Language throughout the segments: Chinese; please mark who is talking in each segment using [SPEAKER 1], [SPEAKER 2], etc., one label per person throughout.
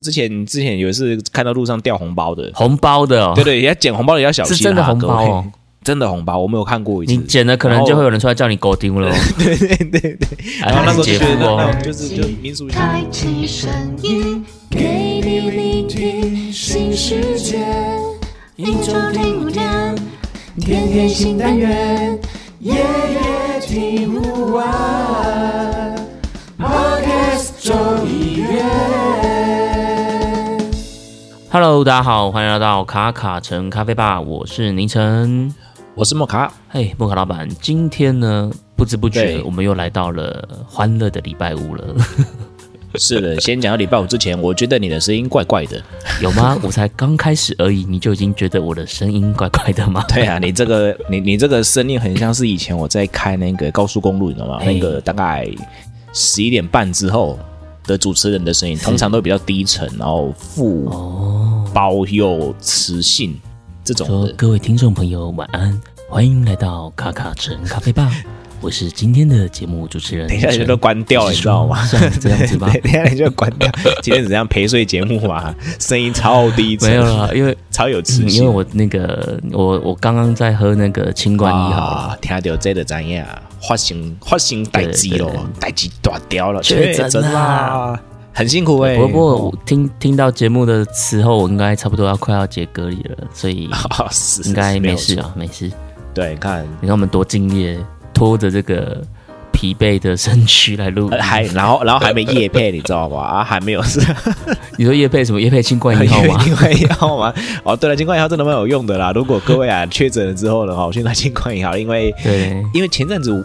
[SPEAKER 1] 之前之前有一次看到路上掉红包的，
[SPEAKER 2] 红包的、哦，
[SPEAKER 1] 对对，也要捡红包的也要小心啊，
[SPEAKER 2] 是真的红包
[SPEAKER 1] 各
[SPEAKER 2] 哦
[SPEAKER 1] 位真的红包，我没有看过一次
[SPEAKER 2] 你。捡了可能就会有人出来叫你狗丢了哦，
[SPEAKER 1] 对对对对，
[SPEAKER 2] 哎
[SPEAKER 1] 然后那时候就
[SPEAKER 2] 姐
[SPEAKER 1] 觉
[SPEAKER 2] 夫
[SPEAKER 1] 得那那
[SPEAKER 2] 哦
[SPEAKER 1] 种，就是就民俗性。
[SPEAKER 3] 开启声音，给你聆听新世界，一周听五天，天天新单元，夜夜听不完。Podcast 周一月。
[SPEAKER 2] Hello，大家好，欢迎来到卡卡城咖啡吧，我是宁
[SPEAKER 1] 嗯
[SPEAKER 2] 晨。
[SPEAKER 1] 我是莫卡，
[SPEAKER 2] 嘿，莫卡老板，今天呢，不知不觉
[SPEAKER 1] 对
[SPEAKER 2] 我们又来到了欢乐的礼拜五了，
[SPEAKER 1] 是的，先讲到礼拜五之前，我觉得你的声音怪怪的。
[SPEAKER 2] 有吗？我才刚开始而已，你就已经觉得我的声音怪怪的吗？
[SPEAKER 1] 对 啊，你这个你你这个声音很像是以前我在开那个高速公路，你知道吗？
[SPEAKER 2] 嘿
[SPEAKER 1] 那个大概十一点半之后的主持人的声音，通常都比较低沉，然后富
[SPEAKER 2] 哦
[SPEAKER 1] 包又磁性这种
[SPEAKER 2] 说
[SPEAKER 1] 的。
[SPEAKER 2] 各位听众朋友晚安，欢迎来到卡卡城咖啡吧，我是今天的节目主持人
[SPEAKER 1] 等
[SPEAKER 2] 宁
[SPEAKER 1] 一
[SPEAKER 2] 晨。
[SPEAKER 1] 下就都关掉了，你知道吗？？
[SPEAKER 2] 是吗？像这样子吗
[SPEAKER 1] 等一下你就关掉。今天怎样陪睡节目啊？声音超低沉，
[SPEAKER 2] 没有 啦，因为
[SPEAKER 1] 超有磁
[SPEAKER 2] 嗯因
[SPEAKER 1] 性。
[SPEAKER 2] 为我那个我我刚刚在喝那个清冠一号了，
[SPEAKER 1] 啊，听到这个怎样？发生发生代志
[SPEAKER 2] 对对
[SPEAKER 1] 咯，代志大掉了，确
[SPEAKER 2] 确诊啦
[SPEAKER 1] 诊啦，很辛苦哎、
[SPEAKER 2] 不过不过我听听到节目的时候，我应该差不多要快要解隔离了，所以
[SPEAKER 1] 啊， 是
[SPEAKER 2] 应该没。
[SPEAKER 1] 是
[SPEAKER 2] 事
[SPEAKER 1] 有错
[SPEAKER 2] 啊，没事。
[SPEAKER 1] 对，你看，
[SPEAKER 2] 你看我们多敬业，拖着这个疲惫的身躯来录音
[SPEAKER 1] 呃。还然后然后还没夜配，你知道吗？啊，还没有是，
[SPEAKER 2] 你说叶配什么？叶配清冠一 号吗？
[SPEAKER 1] 另外一号吗？哦，对了，金冠一号真的蛮有用的啦。如果各位啊确诊了之后呢，哈，我先拿金冠一号，因为
[SPEAKER 2] 对，
[SPEAKER 1] 因为前阵子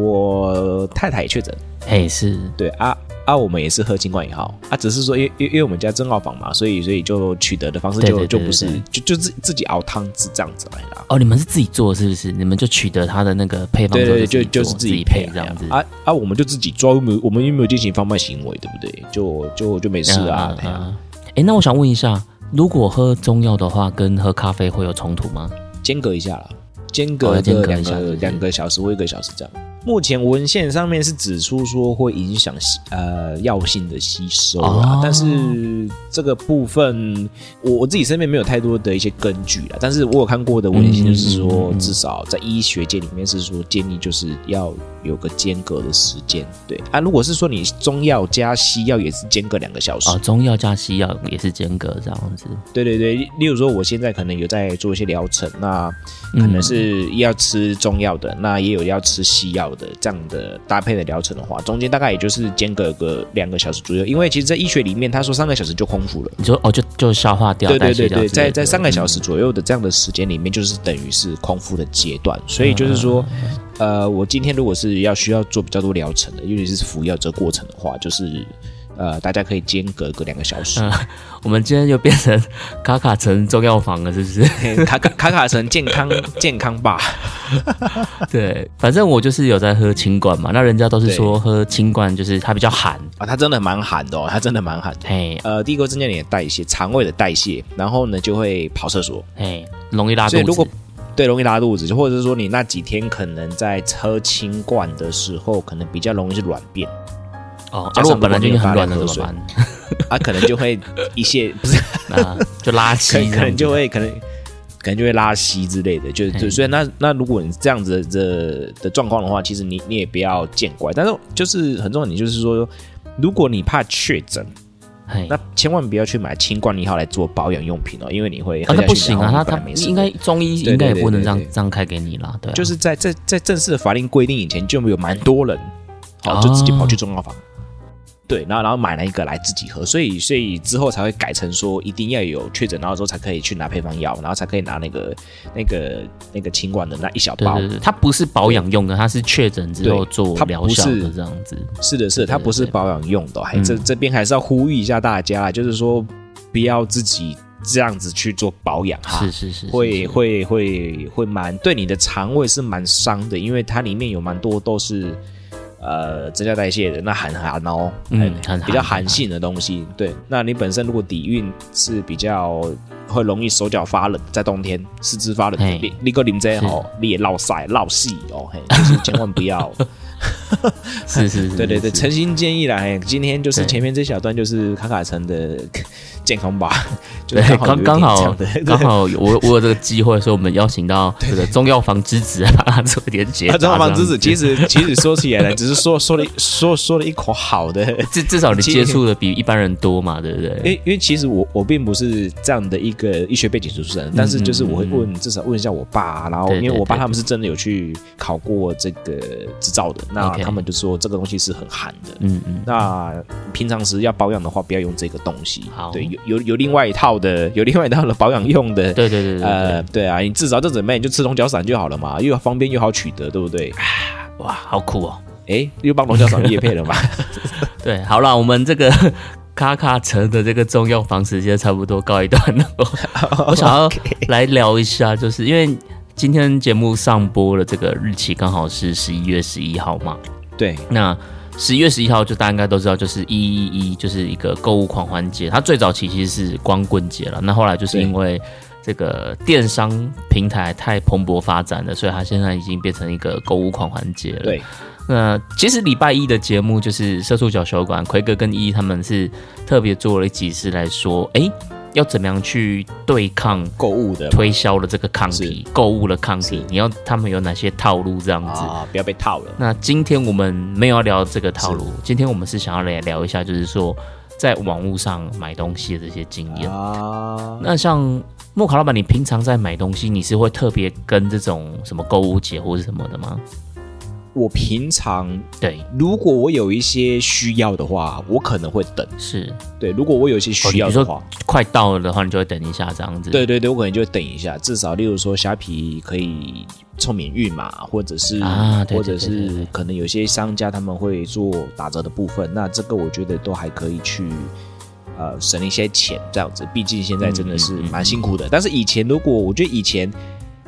[SPEAKER 1] 我太太也确诊，
[SPEAKER 2] 嘿是，
[SPEAKER 1] 对啊。啊，我们也是喝金冠一号啊，只是说因为，因为因为我们家蒸熬坊嘛，所以所以就取得的方式就
[SPEAKER 2] 对对对
[SPEAKER 1] 就不是
[SPEAKER 2] 对对
[SPEAKER 1] 就就自自己熬汤是这样子来的啊、
[SPEAKER 2] 哦，你们是自己做是不是？你们就取得他的那个配方
[SPEAKER 1] 对
[SPEAKER 2] 之后
[SPEAKER 1] 对对，就
[SPEAKER 2] 自己做
[SPEAKER 1] 就是
[SPEAKER 2] 自
[SPEAKER 1] 自己
[SPEAKER 2] 配
[SPEAKER 1] 配
[SPEAKER 2] 这样子。
[SPEAKER 1] 啊啊，我们就自己抓，又没有我们又没有进行贩卖行为，对不对？就就就没事啊，哎呀
[SPEAKER 2] 哎、那我想问一下，如果喝中药的话，跟喝咖啡会有冲突吗？
[SPEAKER 1] 间隔一下了，间
[SPEAKER 2] 哦
[SPEAKER 1] 隔
[SPEAKER 2] 要间
[SPEAKER 1] 个
[SPEAKER 2] 隔
[SPEAKER 1] 两
[SPEAKER 2] 一下是
[SPEAKER 1] 个
[SPEAKER 2] 不是
[SPEAKER 1] 两个小时或一个小时这样。目前文献上面是指出说会影响吸呃药性的吸收啊，
[SPEAKER 2] 哦
[SPEAKER 1] 但是这个部分我我自己身边没有太多的一些根据啦。但是我有看过的文献就是说，
[SPEAKER 2] 嗯嗯嗯嗯
[SPEAKER 1] 至少在医学界里面是说建议就是要有个间隔的时间。对啊，如果是说你中药加西药也是间隔两个小时
[SPEAKER 2] 哦，，中药加西药也是间隔这样子。
[SPEAKER 1] 对对对，例如说我现在可能有在做一些疗程，那可能是要吃中药的，那也有要吃西药的这样的搭配的疗程的话，中间大概也就是间隔个两个小时左右，因为其实，在医学里面他说三个小时就空腹了。
[SPEAKER 2] 你说哦，就就消化掉，
[SPEAKER 1] 对对
[SPEAKER 2] 代谢
[SPEAKER 1] 对
[SPEAKER 2] 掉
[SPEAKER 1] 对，
[SPEAKER 2] 之类
[SPEAKER 1] 在
[SPEAKER 2] 的嗯
[SPEAKER 1] 在三个小时左右的这样的时间里面，就是等于是空腹的阶段，所以就是说，呃，我今天如果是要需要做比较多疗程的，尤其是服药这个过程的话，就是呃，大家可以间隔个两个小时，
[SPEAKER 2] 嗯我们今天就变成卡卡城中药房了，是不 是？
[SPEAKER 1] 卡卡卡卡成健康健康吧。
[SPEAKER 2] 对，反正我就是有在喝清冠嘛，那人家都是说喝清冠就是它比较寒，
[SPEAKER 1] 啊，它真的蛮寒的哦，它真的蛮寒的。
[SPEAKER 2] 嘿，
[SPEAKER 1] 呃，第一个增加你的代谢，肠胃的代谢，然后呢就会跑厕所，啊
[SPEAKER 2] 嘿，容易拉肚
[SPEAKER 1] 所以
[SPEAKER 2] 子。
[SPEAKER 1] 如果对容易拉肚子，或者是说你那几天可能在喝清罐的时候，可能比较容易是软便，
[SPEAKER 2] 哦，啊
[SPEAKER 1] 加上
[SPEAKER 2] 如果本来就已经很软了
[SPEAKER 1] 如
[SPEAKER 2] 怎
[SPEAKER 1] 果
[SPEAKER 2] 么
[SPEAKER 1] 你有大
[SPEAKER 2] 办？
[SPEAKER 1] 啊，可能就会一些 不是，
[SPEAKER 2] 那就拉稀
[SPEAKER 1] 可能
[SPEAKER 2] 这样子，
[SPEAKER 1] 可能就会可能可能就会拉稀之类的，就是就
[SPEAKER 2] 嗯
[SPEAKER 1] 所以那那如果你这样子的的状况的话，其实你你也不要见怪，但是就是很重要，你就是说，如果你怕确诊，
[SPEAKER 2] 嘿。
[SPEAKER 1] 那千万不要去买清冠一号来做保养用品哦，因为你会
[SPEAKER 2] 啊
[SPEAKER 1] 喝，下
[SPEAKER 2] 那
[SPEAKER 1] 去
[SPEAKER 2] 不行
[SPEAKER 1] 然后
[SPEAKER 2] 啊，
[SPEAKER 1] 你
[SPEAKER 2] 他
[SPEAKER 1] 本
[SPEAKER 2] 他
[SPEAKER 1] 来没事
[SPEAKER 2] 应该中医
[SPEAKER 1] 对
[SPEAKER 2] 应该也
[SPEAKER 1] 对
[SPEAKER 2] 不能
[SPEAKER 1] 对
[SPEAKER 2] 这样
[SPEAKER 1] 对对
[SPEAKER 2] 这样开给你啦，对啊，
[SPEAKER 1] 就是在在在正式的法令规定以前，就有蛮多人，好、就直接跑去中药房，对，然后然后买了一个来自己喝，所以所以之后才会改成说一定要有确诊，然后之后才可以去拿配方药，然后才可以拿那个那个那个清冠的那一小
[SPEAKER 2] 对
[SPEAKER 1] 包。
[SPEAKER 2] 对对，它不是保养用的，它是确诊之后
[SPEAKER 1] 对
[SPEAKER 2] 做
[SPEAKER 1] 它
[SPEAKER 2] 疗
[SPEAKER 1] 不
[SPEAKER 2] 效
[SPEAKER 1] 是
[SPEAKER 2] 的这样子。
[SPEAKER 1] 是的，是的，它
[SPEAKER 2] 对
[SPEAKER 1] 不是
[SPEAKER 2] 对
[SPEAKER 1] 保养用的哦，还这
[SPEAKER 2] 嗯
[SPEAKER 1] 这边还是要呼吁一下大家啦，就是说不要自己这样子去做保养哈。
[SPEAKER 2] 是是是，是
[SPEAKER 1] 啊会
[SPEAKER 2] 是
[SPEAKER 1] 会会会蛮对你的肠胃是蛮伤的，因为它里面有蛮多都是呃增加代谢的，那寒寒哦，
[SPEAKER 2] 嗯
[SPEAKER 1] 很
[SPEAKER 2] 很寒
[SPEAKER 1] 比较寒性的东西。对，那你本身如果底蕴是比较会容易手脚发冷，在冬天四肢发冷
[SPEAKER 2] 嘿，
[SPEAKER 1] 你你个淋这
[SPEAKER 2] 是
[SPEAKER 1] 哦，你也落晒落细哦，嘿，就是千万不要
[SPEAKER 2] 是是是，
[SPEAKER 1] 对对对，
[SPEAKER 2] 是
[SPEAKER 1] 诚心建议啦，哎，今天就是
[SPEAKER 2] 对
[SPEAKER 1] 前面这小段就是卡卡城的 健康吧，就
[SPEAKER 2] 对
[SPEAKER 1] 是刚好有
[SPEAKER 2] 刚
[SPEAKER 1] 一
[SPEAKER 2] 刚
[SPEAKER 1] 点这
[SPEAKER 2] 好
[SPEAKER 1] 样的，
[SPEAKER 2] 刚好有我我有这个机会，所以我们邀请到这个中药房之子啊，帮他做点解
[SPEAKER 1] 啊，
[SPEAKER 2] 答。
[SPEAKER 1] 张方之子，
[SPEAKER 2] 这
[SPEAKER 1] 其
[SPEAKER 2] 样子
[SPEAKER 1] 实其实说起来呢，只是说说了一说说了一口好的，
[SPEAKER 2] 至至少你
[SPEAKER 1] 其
[SPEAKER 2] 接触的比一般人多嘛，对不对？
[SPEAKER 1] 因为因为其实我我并不是这样的一个医学背景出身，但是
[SPEAKER 2] 嗯
[SPEAKER 1] 就是我会问，至少问一下我爸啊，然后
[SPEAKER 2] 对
[SPEAKER 1] 因为
[SPEAKER 2] 对
[SPEAKER 1] 我爸
[SPEAKER 2] 对
[SPEAKER 1] 他们是真的有去考过这个执照的，那
[SPEAKER 2] OK
[SPEAKER 1] 他们就说这个东西是很寒的。
[SPEAKER 2] 嗯嗯，
[SPEAKER 1] 那平常时要保养的话，不要用这个东西
[SPEAKER 2] 好。
[SPEAKER 1] 对，有有有另外一套的，有另外一套的保养用的。
[SPEAKER 2] 对对对对对
[SPEAKER 1] 呃，，对啊，你至少这怎么样，你就吃龙角散就好了嘛，又方便又好取得，对不对？
[SPEAKER 2] 哇，好酷哦。
[SPEAKER 1] 哎，又帮龙角 散业配了嘛。
[SPEAKER 2] 对，好了，我们这个 卡卡城的这个中药房时间差不多告一段落。我想要来聊一下，就是因为今天节目上播的这个日期刚好是十一月十一号嘛，
[SPEAKER 1] 对，
[SPEAKER 2] 那。十一月十一号，就大家应该都知道，就是一一一，就是一个购物狂欢节。它最早期其实是光棍节了，那后来就是
[SPEAKER 1] 对
[SPEAKER 2] 因为这个电商平台太蓬勃发展了，所以它现在已经变成一个购物狂欢节了。
[SPEAKER 1] 对，
[SPEAKER 2] 那其实礼拜一的节目就是《社畜小酒馆》，奎哥跟依依他们是特别做了一集是来说，诶，要怎么样去对抗
[SPEAKER 1] 购物的
[SPEAKER 2] 推销的这个抗体，购物的抗体，你要他们有哪些套路这样子？
[SPEAKER 1] 啊，不要被套了。
[SPEAKER 2] 那今天我们没有要聊这个套路，今天我们是想要来聊一下，就是说在网络上买东西的这些经验。
[SPEAKER 1] 啊，
[SPEAKER 2] 那像莫卡老板，你平常在买东西，你是会特别跟这种什么购物节或是什么的吗？
[SPEAKER 1] 我平常
[SPEAKER 2] 对，
[SPEAKER 1] 如果我有一些需要的话，我可能会等。
[SPEAKER 2] 是。
[SPEAKER 1] 对，如果我有一些需要的话，
[SPEAKER 2] 哦快到了的话，你就会等一下这样子。
[SPEAKER 1] 对对对，我可能就会等一下。至少例如说虾皮可以凑免运嘛，或者是、
[SPEAKER 2] 啊对对
[SPEAKER 1] 或者
[SPEAKER 2] 对对
[SPEAKER 1] 是
[SPEAKER 2] 对
[SPEAKER 1] 可能有些商家他们会做打折的部分，那这个我觉得都还可以去。呃，省一些钱这样子，毕竟现在真的是
[SPEAKER 2] 嗯嗯嗯
[SPEAKER 1] 蛮辛苦的。但是以前如果我觉得以前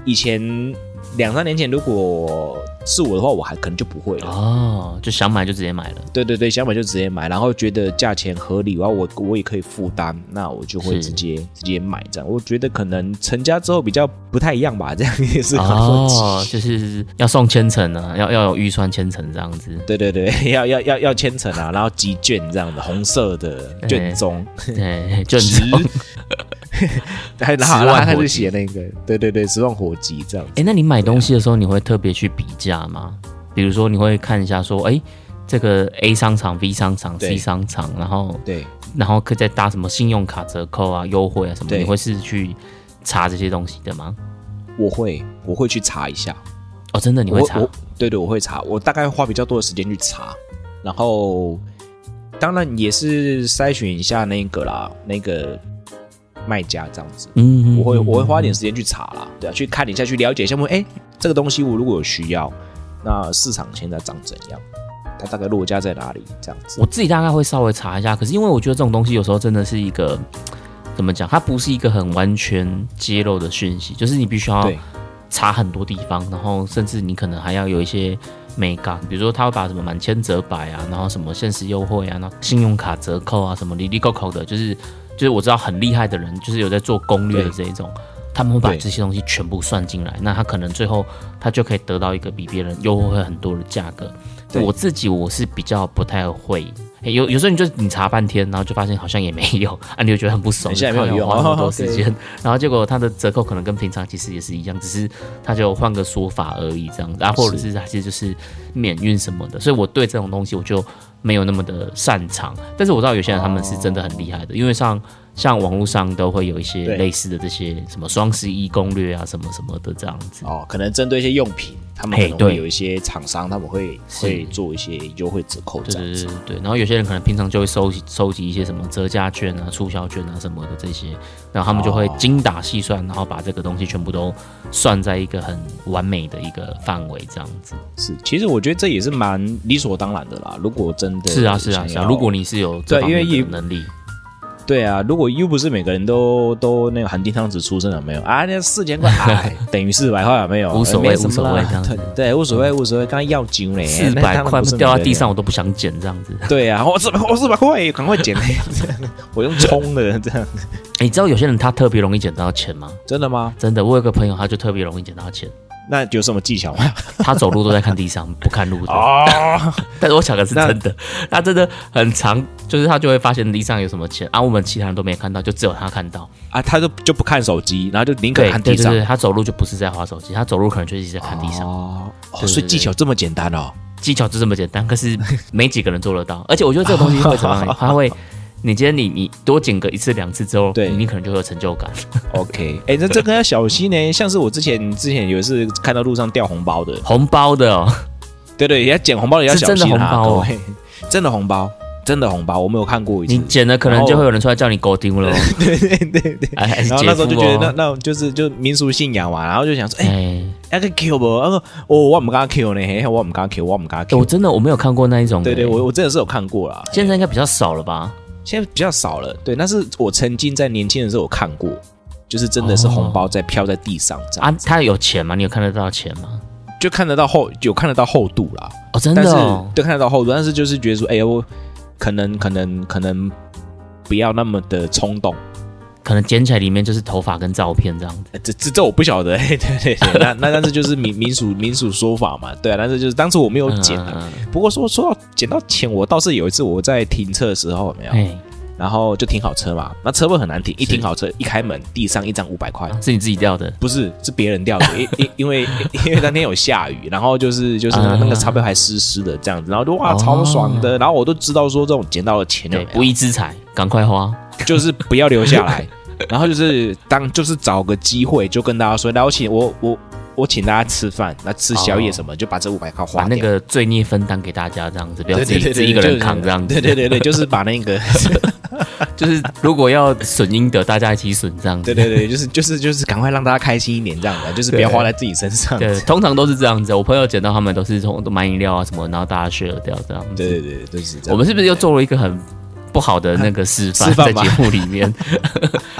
[SPEAKER 1] 以前两三年前，如果是我的话，我还可能就不会了。
[SPEAKER 2] 哦，就想买就直接买了。
[SPEAKER 1] 对对对，想买就直接买，然后觉得价钱合理，然后我我也可以负担，那我就会
[SPEAKER 2] 是
[SPEAKER 1] 直接直接买这样。我觉得可能成家之后比较不太一样吧，这样也是很问题。
[SPEAKER 2] 哦，就是要送千层啊，要要有预算千层这样 子。
[SPEAKER 1] 对对对，要要要要千层啊，然后集卷这样的红色的
[SPEAKER 2] 哎
[SPEAKER 1] 卷宗，
[SPEAKER 2] 对，就
[SPEAKER 1] 十
[SPEAKER 2] 很。
[SPEAKER 1] 还然
[SPEAKER 2] 十
[SPEAKER 1] 后
[SPEAKER 2] 万
[SPEAKER 1] 然后开
[SPEAKER 2] 火
[SPEAKER 1] 始
[SPEAKER 2] 鸡
[SPEAKER 1] 写那个，对对对，十万火急这样子。
[SPEAKER 2] 哎，那你买东西的时候，你会特别去比价吗？比如说，你会看一下说，哎，这个 A 商场、B 商场、
[SPEAKER 1] 对
[SPEAKER 2] C 商场，然后
[SPEAKER 1] 对
[SPEAKER 2] 然后可以再搭什么信用卡折扣啊、优惠啊什么，
[SPEAKER 1] 对
[SPEAKER 2] 你会是去查这些东西的吗？
[SPEAKER 1] 我会我会去查一下，
[SPEAKER 2] 哦，真的你
[SPEAKER 1] 我
[SPEAKER 2] 会查
[SPEAKER 1] 我对对，我会查，我大概花比较多的时间去查，然后当然也是筛选一下那个啦，那个卖家这样子。
[SPEAKER 2] 嗯
[SPEAKER 1] 我会我会花一
[SPEAKER 2] 点。
[SPEAKER 1] 点时间去查啦，对啊，去看一下，去了解一下，问哎，这个东西我如果有需要，那市场现在长怎样？它大概落价在哪里？这样子
[SPEAKER 2] 我自己大概会稍微查一下，可是因为我觉得这种东西有时候真的是一个怎么讲，它不是一个很完全揭露的讯息，就是你必须要
[SPEAKER 1] 对
[SPEAKER 2] 查很多地方，然后甚至你可能还要有一些美感，比如说他会把什么满千折百啊，然后什么限时优惠啊，然后信用卡折扣啊，什么里里扣扣的，就是就是我知道很厉害的人，就是有在做攻略的这一种。他们会把
[SPEAKER 1] 对
[SPEAKER 2] 这些东西全部算进来，那他可能最后他就可以得到一个比别人优惠很多的价格。
[SPEAKER 1] 对
[SPEAKER 2] 我自己我是比较不太会，诶有有时候你就你查半天，然后就发现好像也没有， 啊，你就觉得很不 爽，
[SPEAKER 1] 等一下也没有
[SPEAKER 2] 靠
[SPEAKER 1] 用
[SPEAKER 2] 花那么多
[SPEAKER 1] 哦
[SPEAKER 2] 时间，然后结果它的折扣可能跟平常其实也是一样，只是它就换个说法而已，这样子啊，或者是它其实就是免运什么的，所以我对这种东西我就没有那么的擅长，但是我知道有些人他们是真的很厉害的，因为像像网络上都会有一些
[SPEAKER 1] 对
[SPEAKER 2] 类似的这些什么双十一攻略啊，什么什么的这样子。
[SPEAKER 1] 哦，可能针对一些用品，他们
[SPEAKER 2] 嘿
[SPEAKER 1] 可能会
[SPEAKER 2] 对
[SPEAKER 1] 有一些厂商，他们会
[SPEAKER 2] 是
[SPEAKER 1] 会做一些优惠折扣
[SPEAKER 2] 对
[SPEAKER 1] 这样
[SPEAKER 2] 对
[SPEAKER 1] 子
[SPEAKER 2] 对。对，然后有些人可能平常就会收集收集一些什么折价券啊、促销券啊什么的这些，然后他们就会
[SPEAKER 1] 哦
[SPEAKER 2] 精打细算，然后把这个东西全部都算在一个很完美的一个范围这样子。
[SPEAKER 1] 是，其实我觉得这也是蛮理所当然的啦。如果真的
[SPEAKER 2] 是啊，是啊，
[SPEAKER 1] 想
[SPEAKER 2] 是啊。
[SPEAKER 1] 要
[SPEAKER 2] 如果你是有这
[SPEAKER 1] 对
[SPEAKER 2] 方
[SPEAKER 1] 因为
[SPEAKER 2] 面
[SPEAKER 1] 也
[SPEAKER 2] 的能力，
[SPEAKER 1] 对啊，如果又不是每个人都都那个含金汤匙出生了没有啊？那四千块 哎，等于四百块有没有？
[SPEAKER 2] 无所谓
[SPEAKER 1] 没什么
[SPEAKER 2] 无所谓
[SPEAKER 1] 啦
[SPEAKER 2] 这样子
[SPEAKER 1] 对对，无所谓无所谓，刚才要紧嘞，
[SPEAKER 2] 四
[SPEAKER 1] 那当
[SPEAKER 2] 百
[SPEAKER 1] 然
[SPEAKER 2] 块
[SPEAKER 1] 不是
[SPEAKER 2] 掉
[SPEAKER 1] 每
[SPEAKER 2] 到
[SPEAKER 1] 个
[SPEAKER 2] 地
[SPEAKER 1] 人
[SPEAKER 2] 上我都不想捡这样子。
[SPEAKER 1] 对啊，我四百，我四百块，赶快捡！ 我用冲的，这样
[SPEAKER 2] 诶你知道有些人他特别容易捡到钱吗？
[SPEAKER 1] 真的吗？
[SPEAKER 2] 真的，我有个朋友他就特别容易捡到钱，
[SPEAKER 1] 那有什么技巧 吗？
[SPEAKER 2] 他走路都在看地上，不看路的。
[SPEAKER 1] 哦，
[SPEAKER 2] 但是我想的是真的，他真的很长，就是他就会发现地上有什么钱啊，我们其他人都没看到，就只有他看到。
[SPEAKER 1] 啊，他就就不看手机，然后就宁可
[SPEAKER 2] 对
[SPEAKER 1] 看
[SPEAKER 2] 对
[SPEAKER 1] 地
[SPEAKER 2] 对
[SPEAKER 1] 上。
[SPEAKER 2] 对，他走路就不是在划手机，他走路可能就一直在看地上。
[SPEAKER 1] 哦，哦
[SPEAKER 2] 对
[SPEAKER 1] 所以
[SPEAKER 2] 对
[SPEAKER 1] 技巧这么简单哦。
[SPEAKER 2] 技巧就这么简单，可是没几个人做得到。而且我觉得这个东西会怎么样 呢？他会，你今天你你多剪个一次两次之后，
[SPEAKER 1] 对
[SPEAKER 2] 你可能就会有成就感。
[SPEAKER 1] OK，哎、那这个要小心呢。像是我之前之前有一次看到路上掉红包的，
[SPEAKER 2] 红包 的哦，
[SPEAKER 1] 对对，也要捡红包的也要
[SPEAKER 2] 是
[SPEAKER 1] 小
[SPEAKER 2] 真的
[SPEAKER 1] 心啊，
[SPEAKER 2] 红包
[SPEAKER 1] 各
[SPEAKER 2] 哦
[SPEAKER 1] 位，真的红包，真的红包，我没有看过一
[SPEAKER 2] 你
[SPEAKER 1] 次。
[SPEAKER 2] 剪了可能就会有人出来叫你狗丢了哦。
[SPEAKER 1] 对对对对。
[SPEAKER 2] 哎，还是
[SPEAKER 1] 然后
[SPEAKER 2] 姐
[SPEAKER 1] 那时
[SPEAKER 2] 夫
[SPEAKER 1] 候就觉得那
[SPEAKER 2] 哦。
[SPEAKER 1] 那就是就民俗信仰嘛，然后就想说，哎、
[SPEAKER 2] 哎，
[SPEAKER 1] 那个 Q 不？那个哦，我唔敢 Q 呢，嘿我唔敢 Q，我唔敢
[SPEAKER 2] 哎我
[SPEAKER 1] Q。
[SPEAKER 2] 真的我没有看过那一种的。哎欸
[SPEAKER 1] 对对，我我真的是有看过啦，
[SPEAKER 2] 现在应该比较少了吧？
[SPEAKER 1] 现在比较少了。对，但是我曾经在年轻的时候有看过，就是真的是红包在飘在地上这样，
[SPEAKER 2] 哦啊，他有钱吗？你有看得到钱吗？
[SPEAKER 1] 就看得到厚，有看得到厚度啦。
[SPEAKER 2] 哦，真
[SPEAKER 1] 但
[SPEAKER 2] 的
[SPEAKER 1] 是
[SPEAKER 2] 哦，
[SPEAKER 1] 对看得到后端，但是就是觉得说，哎、我可能可能可能不要那么的冲动。
[SPEAKER 2] 可能捡起来里面就是头发跟照片这样子。
[SPEAKER 1] 呃这这这我不晓得， 嘿对对 对，那那但是就是民民俗民俗说法嘛，对啊，但是就是当时我没有捡啊。
[SPEAKER 2] 嗯，
[SPEAKER 1] 不过说说到捡到钱，我倒是有一次我在停车的时候有没有，
[SPEAKER 2] 哎，
[SPEAKER 1] 然后就停好车嘛，那车位很难停，一
[SPEAKER 2] 是
[SPEAKER 1] 停好车一开门，地上一张五百块。
[SPEAKER 2] 啊是你自己掉的。
[SPEAKER 1] 不是，是别人掉的，因因因为因为那天有下雨，然后就是就是那个
[SPEAKER 2] 啊
[SPEAKER 1] 那个钞票还湿湿的这样子，然后就哇
[SPEAKER 2] 哦
[SPEAKER 1] 超爽的，然后我都知道说这种捡到的钱有
[SPEAKER 2] 对
[SPEAKER 1] 没，有
[SPEAKER 2] 不义之财，赶快花。
[SPEAKER 1] 就是不要留下 来，然后就是当就是找个机会就跟大家说，来我请我我我请大家吃饭，那吃宵夜什么，就把这五百块
[SPEAKER 2] 哦把
[SPEAKER 1] 花
[SPEAKER 2] 那
[SPEAKER 1] 掉。
[SPEAKER 2] 个罪孽分担给大家，这样子，不要
[SPEAKER 1] 对
[SPEAKER 2] 自己
[SPEAKER 1] 对对
[SPEAKER 2] 自
[SPEAKER 1] 对，
[SPEAKER 2] 己一个人扛
[SPEAKER 1] 就是
[SPEAKER 2] 这样子。
[SPEAKER 1] 对对 对对，就是把那个，
[SPEAKER 2] 就是如果要损阴德，大家一起损这样
[SPEAKER 1] 对
[SPEAKER 2] 子。
[SPEAKER 1] 对对，就是就是就是赶快让大家开心一点，这样啊的，就是不要花在自己身上。
[SPEAKER 2] 对，通常都是这样子。我朋友捡到他们都是从买饮料啊什么，然后大家 share 掉这样子。
[SPEAKER 1] 对对对，就是这样。
[SPEAKER 2] 我们是不是又做了一个很不好的那个示范
[SPEAKER 1] 示
[SPEAKER 2] 在
[SPEAKER 1] 范吗啊
[SPEAKER 2] 节目里面？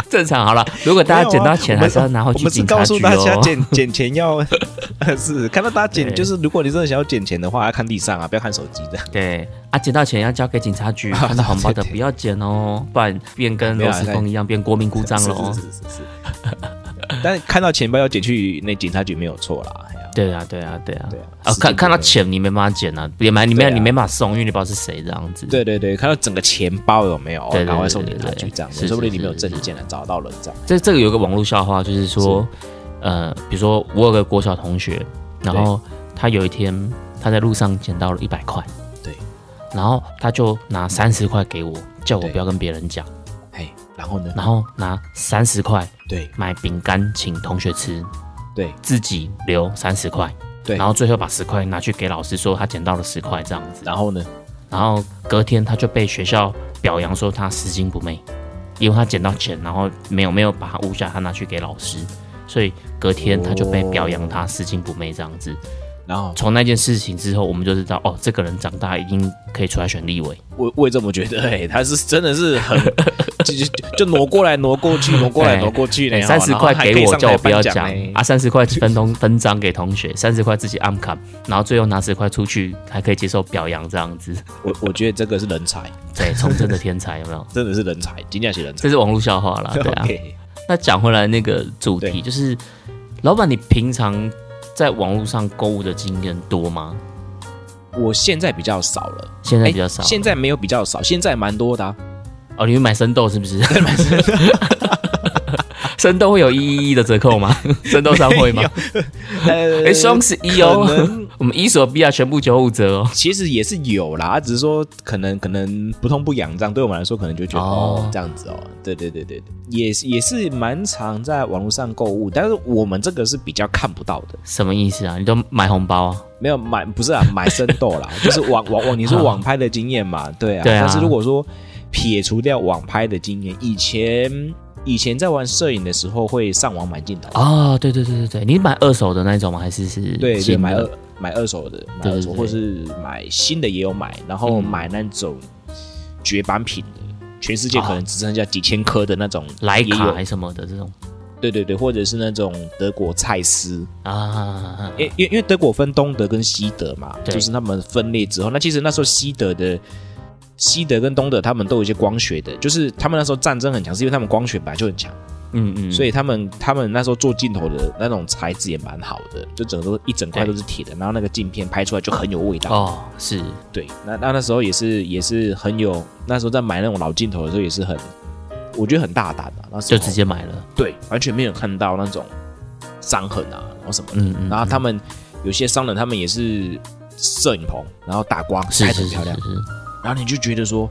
[SPEAKER 2] 正常好了，如果大家捡到钱，还是要拿回
[SPEAKER 1] 我
[SPEAKER 2] 去
[SPEAKER 1] 们是
[SPEAKER 2] 警察
[SPEAKER 1] 告诉
[SPEAKER 2] 局
[SPEAKER 1] 大家
[SPEAKER 2] 哦。
[SPEAKER 1] 捡捡钱要 是看到大家捡，
[SPEAKER 2] 对
[SPEAKER 1] 就是如果你真的想要捡钱的话，要看地上啊，不要看手机的。
[SPEAKER 2] 对啊，捡到钱要交给警察 局，看到红包的不要捡哦，不然变跟
[SPEAKER 1] 没有
[SPEAKER 2] 罗
[SPEAKER 1] 啊
[SPEAKER 2] 斯峰一样，变国民故障了哦
[SPEAKER 1] 是。是是是是。 但看到钱包要捡去那警察局没有错啦。哎呀
[SPEAKER 2] 对啊，对啊，对啊
[SPEAKER 1] 对啊，
[SPEAKER 2] 啊，
[SPEAKER 1] 是
[SPEAKER 2] 看
[SPEAKER 1] 这
[SPEAKER 2] 看到
[SPEAKER 1] 个
[SPEAKER 2] 钱你没办法捡啊，也没你没有
[SPEAKER 1] 对啊
[SPEAKER 2] 你没办法送，因为你不知道是谁这样子。
[SPEAKER 1] 对对对，看到整个钱包有没有，
[SPEAKER 2] 对对对
[SPEAKER 1] 赶快送警察局这样
[SPEAKER 2] 对对
[SPEAKER 1] 子，
[SPEAKER 2] 对
[SPEAKER 1] 说不定你
[SPEAKER 2] 是
[SPEAKER 1] 没有
[SPEAKER 2] 是是
[SPEAKER 1] 证件了，找到人这样。
[SPEAKER 2] 这这个有个网络笑话，就是说，呃，比如说我有个国小同学，然后他有一天他在路上捡到了一百块，
[SPEAKER 1] 对，
[SPEAKER 2] 然后他就拿三十块给我，叫我
[SPEAKER 1] 对
[SPEAKER 2] 不要跟别人讲，
[SPEAKER 1] 嘿，然后呢？
[SPEAKER 2] 然后拿三十块
[SPEAKER 1] 对
[SPEAKER 2] 买饼干请同学吃，
[SPEAKER 1] 对
[SPEAKER 2] 自己留三十块，
[SPEAKER 1] 对，
[SPEAKER 2] 然后最后把十块拿去给老师说他捡到了十块这样子，
[SPEAKER 1] 然后呢？
[SPEAKER 2] 然后隔天他就被学校表扬说他拾金不昧，因为他捡到钱，然后没有没有把它捂下，他拿去给老师，所以隔天他就被表扬他拾金不昧这样子。
[SPEAKER 1] 然后
[SPEAKER 2] 从那件事情之后，我们就知道哦，这个人长大一定可以出来选立委。
[SPEAKER 1] 我我也这么觉得， 哎，他是真的是很 就就就挪过来挪过 去，挪过来
[SPEAKER 2] 哎
[SPEAKER 1] 挪过去呢。
[SPEAKER 2] 三十
[SPEAKER 1] 然后
[SPEAKER 2] 块
[SPEAKER 1] 还
[SPEAKER 2] 给
[SPEAKER 1] 可以
[SPEAKER 2] 我，
[SPEAKER 1] 上
[SPEAKER 2] 叫我
[SPEAKER 1] 台
[SPEAKER 2] 不要
[SPEAKER 1] 颁奖哎
[SPEAKER 2] 讲
[SPEAKER 1] 呢
[SPEAKER 2] 啊！三十块分东 分赃给同学，三十块自己按卡，然后最后拿十块出去，还可以接受表扬这样子。
[SPEAKER 1] 我我觉得这个是人才，
[SPEAKER 2] 对，崇祯的天才有没 有？
[SPEAKER 1] 真的是人才，金价是人才。
[SPEAKER 2] 这是网络笑话啦，对 啊。
[SPEAKER 1] OK，
[SPEAKER 2] 那讲回来那个主题，
[SPEAKER 1] 对
[SPEAKER 2] 就是老板，你平常在网络上购物的经验多吗？
[SPEAKER 1] 我现在比较少了，
[SPEAKER 2] 现在
[SPEAKER 1] 哎
[SPEAKER 2] 比较少。
[SPEAKER 1] 现在没有比较少，现在蛮多的啊。
[SPEAKER 2] 哦，你会买生豆是 不是？买生豆。 生豆会有一一一的折扣吗？ 生豆上会吗？
[SPEAKER 1] 呃
[SPEAKER 2] 哎，双十一哦
[SPEAKER 1] 可能，
[SPEAKER 2] 我们伊索比亚全部九五折哦。
[SPEAKER 1] 其实也是有啦，啊只是说可能可能不痛不痒这样，对我们来说可能就觉得
[SPEAKER 2] 哦
[SPEAKER 1] 哦这样子哦，对对对对对，也是也是蛮常在网络上购物，但是我们这个是比较看不到的，
[SPEAKER 2] 什么意思啊？你都买红包啊？
[SPEAKER 1] 没有买不是啊买生豆 啦，就是网网网你说网拍的经验嘛，对啊，
[SPEAKER 2] 对啊
[SPEAKER 1] 但是如果说撇除掉网拍的经验，以前以前在玩摄影的时候会上网买镜头，
[SPEAKER 2] 哦，对对对对对，你买二手的那种吗？还是是
[SPEAKER 1] 对对，
[SPEAKER 2] 新
[SPEAKER 1] 买
[SPEAKER 2] 的
[SPEAKER 1] 二买二手的，买
[SPEAKER 2] 对
[SPEAKER 1] 二手
[SPEAKER 2] 对对
[SPEAKER 1] 或是买新的也有买，然后
[SPEAKER 2] 嗯
[SPEAKER 1] 买那种绝版品的，全世界
[SPEAKER 2] 啊
[SPEAKER 1] 可能只剩下几千颗的那种
[SPEAKER 2] 莱卡
[SPEAKER 1] 也
[SPEAKER 2] 还
[SPEAKER 1] 有，
[SPEAKER 2] 什么的这种
[SPEAKER 1] 对对对，或者是那种德国蔡司，
[SPEAKER 2] 啊？
[SPEAKER 1] 因因因为德国分东德跟西德嘛，
[SPEAKER 2] 对
[SPEAKER 1] 就是他们分裂之后，那其实那时候西德的西德跟东德他们都有一些光学的，就是他们那时候战争很强，是因为他们光学本来就很强，
[SPEAKER 2] 嗯嗯，
[SPEAKER 1] 所
[SPEAKER 2] 以
[SPEAKER 1] 以他们他们那时候做镜头的那种材质也蛮好的，就整个都一整块都是铁的，然后那个镜片拍出来就很有味道。
[SPEAKER 2] 哦是
[SPEAKER 1] 对，那那那时候也是也是很有，那时候在买那种老镜头的时候也是很，我觉得很大胆啊，那时
[SPEAKER 2] 就
[SPEAKER 1] 候
[SPEAKER 2] 直接买了，
[SPEAKER 1] 对，完全没有看到那种伤痕啊，然后什么的。
[SPEAKER 2] 嗯嗯，
[SPEAKER 1] 然后他们有些商人，他们也是摄影棚，然后打光
[SPEAKER 2] 是
[SPEAKER 1] 拍的
[SPEAKER 2] 是
[SPEAKER 1] 很
[SPEAKER 2] 是
[SPEAKER 1] 漂亮
[SPEAKER 2] 是，是，
[SPEAKER 1] 然后你就觉得说，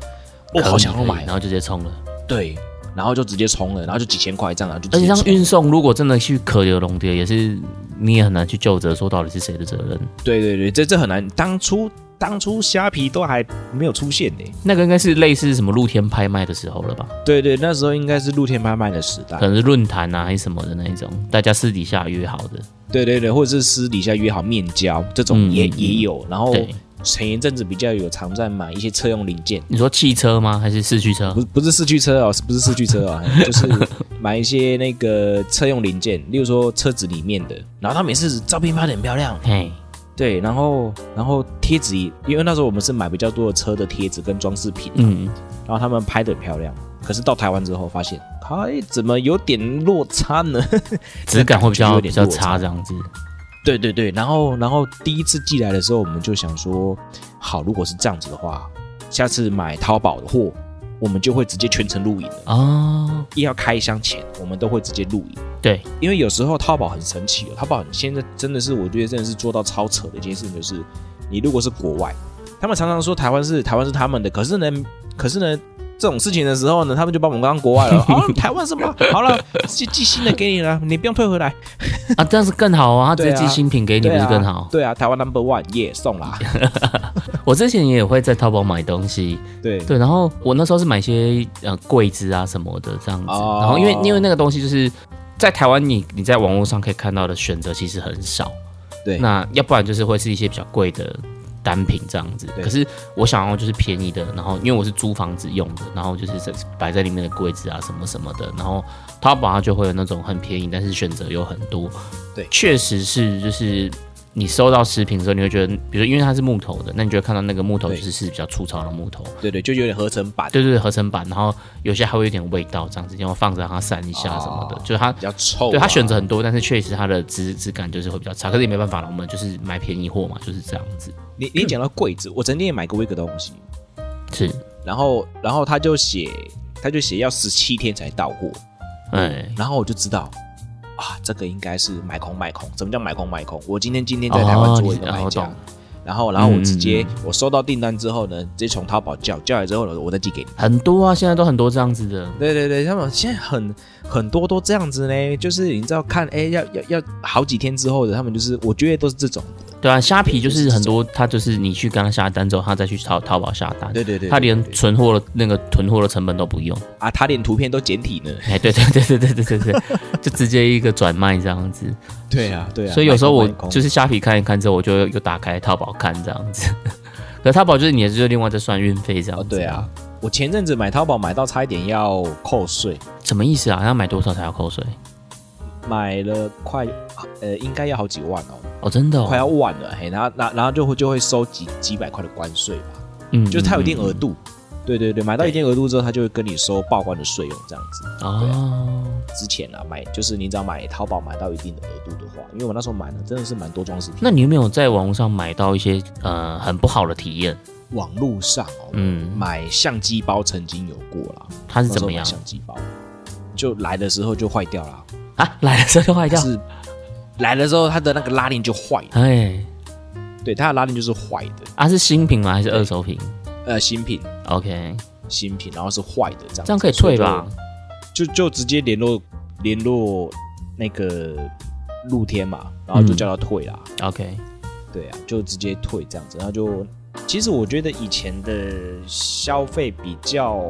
[SPEAKER 1] 哦，
[SPEAKER 2] 可以
[SPEAKER 1] 好想要
[SPEAKER 2] 可以
[SPEAKER 1] 买
[SPEAKER 2] 然
[SPEAKER 1] 啊，
[SPEAKER 2] 后就直接冲了。
[SPEAKER 1] 对，然后就直接冲了，然后就几千块这样，然后就
[SPEAKER 2] 而
[SPEAKER 1] 直接
[SPEAKER 2] 且像
[SPEAKER 1] 冲
[SPEAKER 2] 运送，如果真的去可流龙蝶，也是你也很难去就责，说到底是谁的责任。
[SPEAKER 1] 对对对，这这很难，当初当初虾皮都还没有出现呢、
[SPEAKER 2] 那个应该是类似什么露天拍卖的时候了吧？
[SPEAKER 1] 对对，那时候应该是露天拍卖的时代
[SPEAKER 2] 可，能是论坛啊还是什么的那一种，大家私底下约好的。
[SPEAKER 1] 对对对，或者是私底下约好面交这种
[SPEAKER 2] 嗯
[SPEAKER 1] 也、
[SPEAKER 2] 嗯
[SPEAKER 1] 也有，然后
[SPEAKER 2] 对，
[SPEAKER 1] 前一阵子比较有常在买一些车用零件。
[SPEAKER 2] 你说汽车吗？还是四驱车
[SPEAKER 1] 不？是不是四驱车哦，是不是四驱车 哦，就是买一些那个车用零件，例如说车子里面的，然后他们也是照片拍的很漂亮，
[SPEAKER 2] 嘿，
[SPEAKER 1] 对，然后然后贴纸也，因为那时候我们是买比较多的车的贴纸跟装饰品，
[SPEAKER 2] 嗯，
[SPEAKER 1] 然后他们拍的很漂亮，可是到台湾之后发现，哎，怎么有点落差 呢？
[SPEAKER 2] 质感会比较
[SPEAKER 1] 有
[SPEAKER 2] 比
[SPEAKER 1] 点
[SPEAKER 2] 较
[SPEAKER 1] 落
[SPEAKER 2] 差这样子。
[SPEAKER 1] 对对对，然后然后第一次寄来的时候，我们就想说，好，如果是这样子的话，下次买淘宝的货，我们就会直接全程录影了。
[SPEAKER 2] 哦，
[SPEAKER 1] 一要开箱前，我们都会直接录影，
[SPEAKER 2] 对，
[SPEAKER 1] 因为有时候淘宝很神奇哦，淘宝现在真的是我觉得真的是做到超扯的一件事情，就是你如果是国外，他们常常说台湾是台湾是他们的，可是呢，可是呢。这种事情的时候呢，他们就把我们当国外了。 哦，台湾什么？好了，寄寄新的给你了，你不用退回来。
[SPEAKER 2] 啊，这样是更好啊，他直接
[SPEAKER 1] 对啊
[SPEAKER 2] 寄新品给你不
[SPEAKER 1] 对
[SPEAKER 2] 是
[SPEAKER 1] 啊
[SPEAKER 2] 更好？
[SPEAKER 1] 对啊，台湾 number one 耶、送 啦。啊
[SPEAKER 2] 我之前也会在淘宝买东西，
[SPEAKER 1] 对
[SPEAKER 2] 对，然后我那时候是买一些呃柜子啊什么的这样子，
[SPEAKER 1] 哦
[SPEAKER 2] 然后因为因为那个东西就是在台湾你你在网络上可以看到的选择其实很少，
[SPEAKER 1] 对
[SPEAKER 2] 那要不然就是会是一些比较贵的单品这样子，
[SPEAKER 1] 对
[SPEAKER 2] 可是我想要就是便宜的，然后因为我是租房子用的，然后就是在摆在里面的柜子啊什么什么的，然后淘宝上就会有那种很便宜，但是选择有很多，
[SPEAKER 1] 对
[SPEAKER 2] 确实是就是。你收到食品的时候，你会觉得，比如说因为它是木头的，那你就会看到那个木头就
[SPEAKER 1] 对
[SPEAKER 2] 是是比较粗糙的木头，
[SPEAKER 1] 对对，就有点合成版，
[SPEAKER 2] 对对对，合成版，然后有些还会有点味道，这样子，然后放着让它散一下什么的，
[SPEAKER 1] 哦
[SPEAKER 2] 就是它
[SPEAKER 1] 比。较臭、
[SPEAKER 2] 对它选择很，多，但是确实它的质质感就是会比较差，可是也没办法了，我们就是买便宜货嘛，就是这样子。
[SPEAKER 1] 你你讲到柜子，我曾经也买过一个东西，
[SPEAKER 2] 是，
[SPEAKER 1] 然后然后他就写他就写要十七天才到货，
[SPEAKER 2] 哎，
[SPEAKER 1] 然后我就知道啊，这个应该是买空卖空。什么叫买空卖空？我今天今天在台湾
[SPEAKER 2] 哦
[SPEAKER 1] 做一
[SPEAKER 2] 你
[SPEAKER 1] 个
[SPEAKER 2] 是哦
[SPEAKER 1] 卖
[SPEAKER 2] 我
[SPEAKER 1] 家。
[SPEAKER 2] 懂
[SPEAKER 1] 然后，然后我直接、
[SPEAKER 2] 嗯
[SPEAKER 1] 我收到订单之后呢，直接从淘宝叫叫来之后呢，我再寄给你。
[SPEAKER 2] 很多啊，现在都很多这样子的。
[SPEAKER 1] 对对对，他们现在很很多都这样子呢，就是你知道看，哎，要要要好几天之后的，他们就是我觉得都是这种的。
[SPEAKER 2] 对啊，虾皮就是很多，它就是你去跟他下单之后，他再去淘淘宝下单，
[SPEAKER 1] 对对对，
[SPEAKER 2] 他
[SPEAKER 1] 对
[SPEAKER 2] 连
[SPEAKER 1] 对
[SPEAKER 2] 存货的那个囤货的成本都不用。
[SPEAKER 1] 啊，他连图片都简体呢。
[SPEAKER 2] 哎，对对对对对对对对，就直接一个转卖这样子。
[SPEAKER 1] 对啊，对啊。
[SPEAKER 2] 所以有时候我
[SPEAKER 1] 卖空
[SPEAKER 2] 就是虾皮看一看之后，我就又打开淘宝看这样子。 可淘宝就是你也是另外再算运费这样
[SPEAKER 1] 哦，
[SPEAKER 2] 子、
[SPEAKER 1] 对啊，，我前阵子买淘宝买到差一点要扣税，
[SPEAKER 2] 什么意思啊？要买多少才要扣税？
[SPEAKER 1] 买了快呃应该要好几万哦，
[SPEAKER 2] 哦，真的、哦，
[SPEAKER 1] 快要万了，嘿，然后然后然后就会就会收几几百块的关税吧，
[SPEAKER 2] 嗯，嗯，
[SPEAKER 1] 就是它有一定额
[SPEAKER 2] 嗯
[SPEAKER 1] 度。对对对，买到
[SPEAKER 2] 对
[SPEAKER 1] 一定额度之后，他就会跟你收报关的税用这样子。
[SPEAKER 2] 嗯哦。
[SPEAKER 1] 之前啊，买就是你只要买淘宝买到一定的额度的话，因为我那时候买了真的是蛮多装饰品。
[SPEAKER 2] 那你有没有在网络上买到一些呃很不好的体验？
[SPEAKER 1] 网络上哦，
[SPEAKER 2] 嗯，
[SPEAKER 1] 买相机包曾经有过啦，
[SPEAKER 2] 它是
[SPEAKER 1] 那时
[SPEAKER 2] 怎
[SPEAKER 1] 候
[SPEAKER 2] 么
[SPEAKER 1] 买
[SPEAKER 2] 样
[SPEAKER 1] 相机包就来的时候就坏掉啦，
[SPEAKER 2] 啊？ 来的时候就坏掉
[SPEAKER 1] 就，是来了之后它的那个拉链就坏了，
[SPEAKER 2] 哎，
[SPEAKER 1] 对，它的拉链就是坏的，
[SPEAKER 2] 啊是新品吗？还是二手品
[SPEAKER 1] 呃，新品
[SPEAKER 2] ？OK，
[SPEAKER 1] 新品，然后是坏的这样，
[SPEAKER 2] 这样可以退吧？？
[SPEAKER 1] 就就直接联络联络那个露天嘛，然后就叫他退啦，
[SPEAKER 2] ？OK，
[SPEAKER 1] 对啊，就直接退这样子，然后就其实我觉得以前的消费比较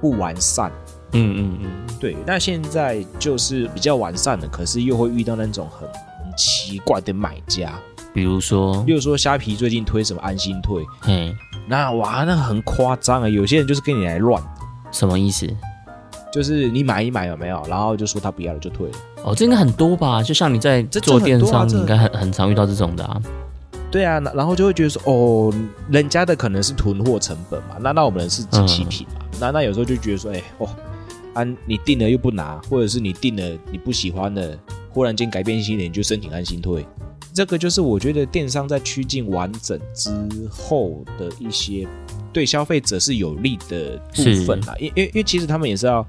[SPEAKER 1] 不完善。
[SPEAKER 2] 嗯嗯嗯，
[SPEAKER 1] 对，那现在就是比较完善了，可是又会遇到那种很很奇怪的买家，
[SPEAKER 2] 比如说
[SPEAKER 1] 例，如说虾皮最近推什么安心退，
[SPEAKER 2] 嘿，
[SPEAKER 1] 那哇，那很夸张啊！有些人就是跟你来乱，
[SPEAKER 2] 什么意思？
[SPEAKER 1] 就是你买一买有没有，然后就说他不要了就退了。
[SPEAKER 2] 哦，这应该很多吧？就像你在
[SPEAKER 1] 这这
[SPEAKER 2] 做
[SPEAKER 1] 很
[SPEAKER 2] 电
[SPEAKER 1] 多啊
[SPEAKER 2] 商，
[SPEAKER 1] 这
[SPEAKER 2] 你应该很很常遇到这种的啊。
[SPEAKER 1] 对啊，然然后就会觉得说，哦，人家的可能是囤货成本嘛，那那我们是机器品嘛，那那有时候就觉得说，哎、哦，啊，你订了又不拿，或者是你订了你不喜欢的，忽然间改变心意，你就申请安心退，这个就是我觉得电商在趋近完整之后的一些对消费者是有利的部分啦，因因为因为其实他们也是要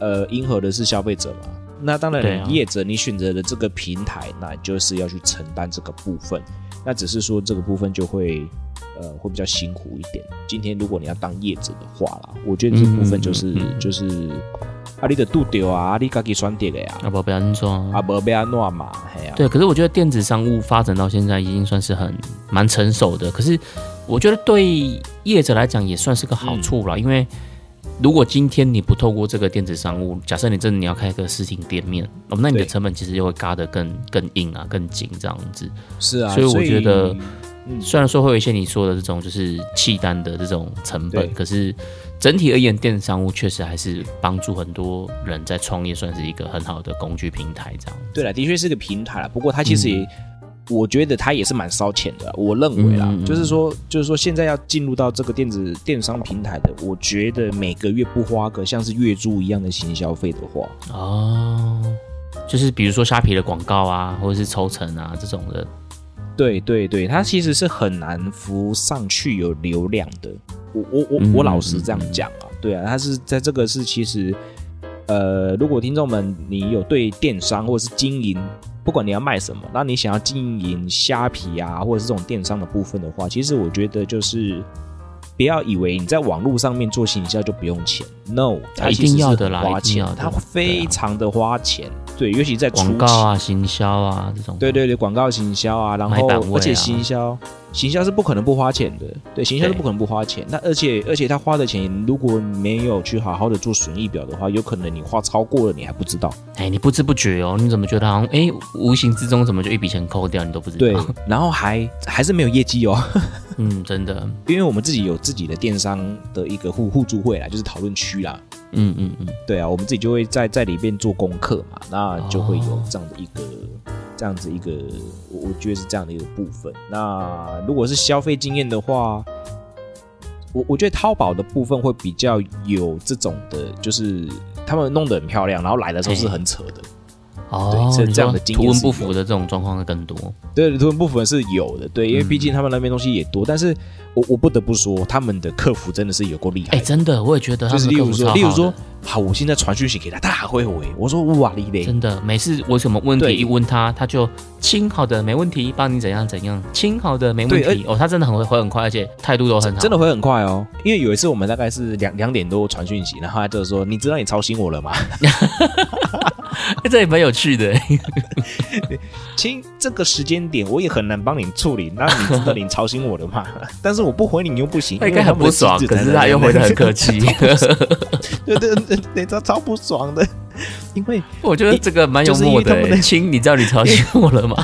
[SPEAKER 1] 呃迎合的是消费者嘛。那当
[SPEAKER 2] 对啊
[SPEAKER 1] 然，业者你选择的这个平台，那你就是要去承担这个部分。那只是说这个部分就会呃会比较辛苦一点。今天如果你要当业者的话啦，我觉得这部分就是、
[SPEAKER 2] 嗯嗯嗯
[SPEAKER 1] 就是啊，你的度丢啊，啊你自己选择的呀、
[SPEAKER 2] 要不要不要安装
[SPEAKER 1] 啊，？无被安诺嘛，嘿啊，
[SPEAKER 2] 嗯对，可是我觉得电子商务发展到现在已经算是很蛮成熟的。可是我觉得对业者来讲也算是个好处啦，
[SPEAKER 1] 嗯
[SPEAKER 2] 因为如果今天你不透过这个电子商务，假设你真的你要开一个实体店面，哦，那你的
[SPEAKER 1] 对
[SPEAKER 2] 成本其实就会嘎得更更硬啊，更紧这样子。
[SPEAKER 1] 是啊，
[SPEAKER 2] 所以我觉得
[SPEAKER 1] 嗯
[SPEAKER 2] 虽然说会有一些你说的这种就是契单的这种成本
[SPEAKER 1] 对，
[SPEAKER 2] 可是整体而言，电子商务确实还是帮助很多人在创业，算是一个很好的工具平台这样。
[SPEAKER 1] 对了，的确是个平台啦，不过它其实也，
[SPEAKER 2] 嗯
[SPEAKER 1] 我觉得它也是蛮烧钱的啦，我认为啦，
[SPEAKER 2] 嗯嗯嗯
[SPEAKER 1] 就是说，就是说现在要进入到这个电子电商平台的，我觉得每个月不花个像是月租一样的行销费的话，
[SPEAKER 2] 哦，就是比如说虾皮的广告啊，或者是抽成啊这种的。
[SPEAKER 1] 对对对，它其实是很难浮上去有流量的。我我
[SPEAKER 2] 嗯
[SPEAKER 1] 我我老实这样讲啊，对啊，它是在这个是其实，呃，如果听众们你有对电商或是经营，不管你要卖什么，那你想要经营虾皮啊，或者是这种电商的部分的话，其实我觉得就是。不要以为你在网络上面做行销就不用钱，no，它
[SPEAKER 2] 啊一
[SPEAKER 1] 其实
[SPEAKER 2] 定要
[SPEAKER 1] 是
[SPEAKER 2] 的啦
[SPEAKER 1] 很花
[SPEAKER 2] 一定
[SPEAKER 1] 钱
[SPEAKER 2] 要，的
[SPEAKER 1] 它
[SPEAKER 2] 啦对
[SPEAKER 1] 非
[SPEAKER 2] 啊
[SPEAKER 1] 常的花钱，对，尤其在初
[SPEAKER 2] 广告
[SPEAKER 1] 期
[SPEAKER 2] 啊、行销啊这种。
[SPEAKER 1] 对对对，广告行销啊，然
[SPEAKER 2] 买
[SPEAKER 1] 后、
[SPEAKER 2] 版位啊
[SPEAKER 1] 而且行销，行销是不可能不花钱的，对，行销是
[SPEAKER 2] 对
[SPEAKER 1] 不可能不花钱。那而且而且他花的钱，如果没有去好好的做损益表的话，有可能你花超过了，你还不知道。
[SPEAKER 2] 哎，你不知不觉哦，你怎么觉得好像哎，无形之中怎么就一笔钱扣掉，你都不知
[SPEAKER 1] 对
[SPEAKER 2] 道？，
[SPEAKER 1] 然后还还是没有业绩哦，
[SPEAKER 2] 嗯，真的，
[SPEAKER 1] 因为我们自己有自己的电商的一个互互助会啦，就是讨论区啦。
[SPEAKER 2] 嗯嗯嗯，
[SPEAKER 1] 对啊，我们自己就会在在里面做功课嘛，那就会有
[SPEAKER 2] 哦
[SPEAKER 1] 这样的一个、这样子一个，我我觉得是这样的一个部分。那如果是消费经验的话，我我觉得淘宝的部分会比较有这种的，就是他们弄得很漂亮，然后来的时候是很扯的，
[SPEAKER 2] 哦，
[SPEAKER 1] 对是
[SPEAKER 2] 你
[SPEAKER 1] 这样
[SPEAKER 2] 说
[SPEAKER 1] 的经验
[SPEAKER 2] 图文
[SPEAKER 1] 是
[SPEAKER 2] 不
[SPEAKER 1] 有
[SPEAKER 2] 符的这种状况会更多。
[SPEAKER 1] 对，图文部分是有的，
[SPEAKER 2] 嗯
[SPEAKER 1] 对，因为毕竟他们那边东西也多，但是我我不得不说，他们的客服真的是有够厉害
[SPEAKER 2] 哎，
[SPEAKER 1] 的。
[SPEAKER 2] 真的，我也觉得他
[SPEAKER 1] 就是
[SPEAKER 2] 们的
[SPEAKER 1] 例
[SPEAKER 2] 客
[SPEAKER 1] 如
[SPEAKER 2] 服
[SPEAKER 1] 说，
[SPEAKER 2] 超
[SPEAKER 1] 例如
[SPEAKER 2] 好
[SPEAKER 1] 说
[SPEAKER 2] 的，
[SPEAKER 1] 好，我现在传讯息给他，他还会回，我说哇你嘞，
[SPEAKER 2] 真的，每次我什么问题
[SPEAKER 1] 对
[SPEAKER 2] 一问他，他就亲好的没问题，帮你怎样怎样，亲好的没问
[SPEAKER 1] 对
[SPEAKER 2] 题。哦，他真的很会回很快，而且态度都很好，
[SPEAKER 1] 真的会很快哦，因为有一次我们大概是两两点多传讯息，然后他就说：“你知道你操心我了吗？”
[SPEAKER 2] 哎，这也蛮有趣的。哎
[SPEAKER 1] 其实这个时间点我也很难帮你处理。那你知道你操心我了吗？ 但是我不回你又不行，
[SPEAKER 2] 他应该很不爽，
[SPEAKER 1] 因为
[SPEAKER 2] 可
[SPEAKER 1] 哎们的
[SPEAKER 2] 是他又回得很客气。
[SPEAKER 1] 对对对对，他超不爽的，因为
[SPEAKER 2] 我觉得这个蛮幽默
[SPEAKER 1] 就
[SPEAKER 2] 的
[SPEAKER 1] 是因为他们
[SPEAKER 2] 欸。
[SPEAKER 1] 的
[SPEAKER 2] 亲，你知道你吵醒我了吗？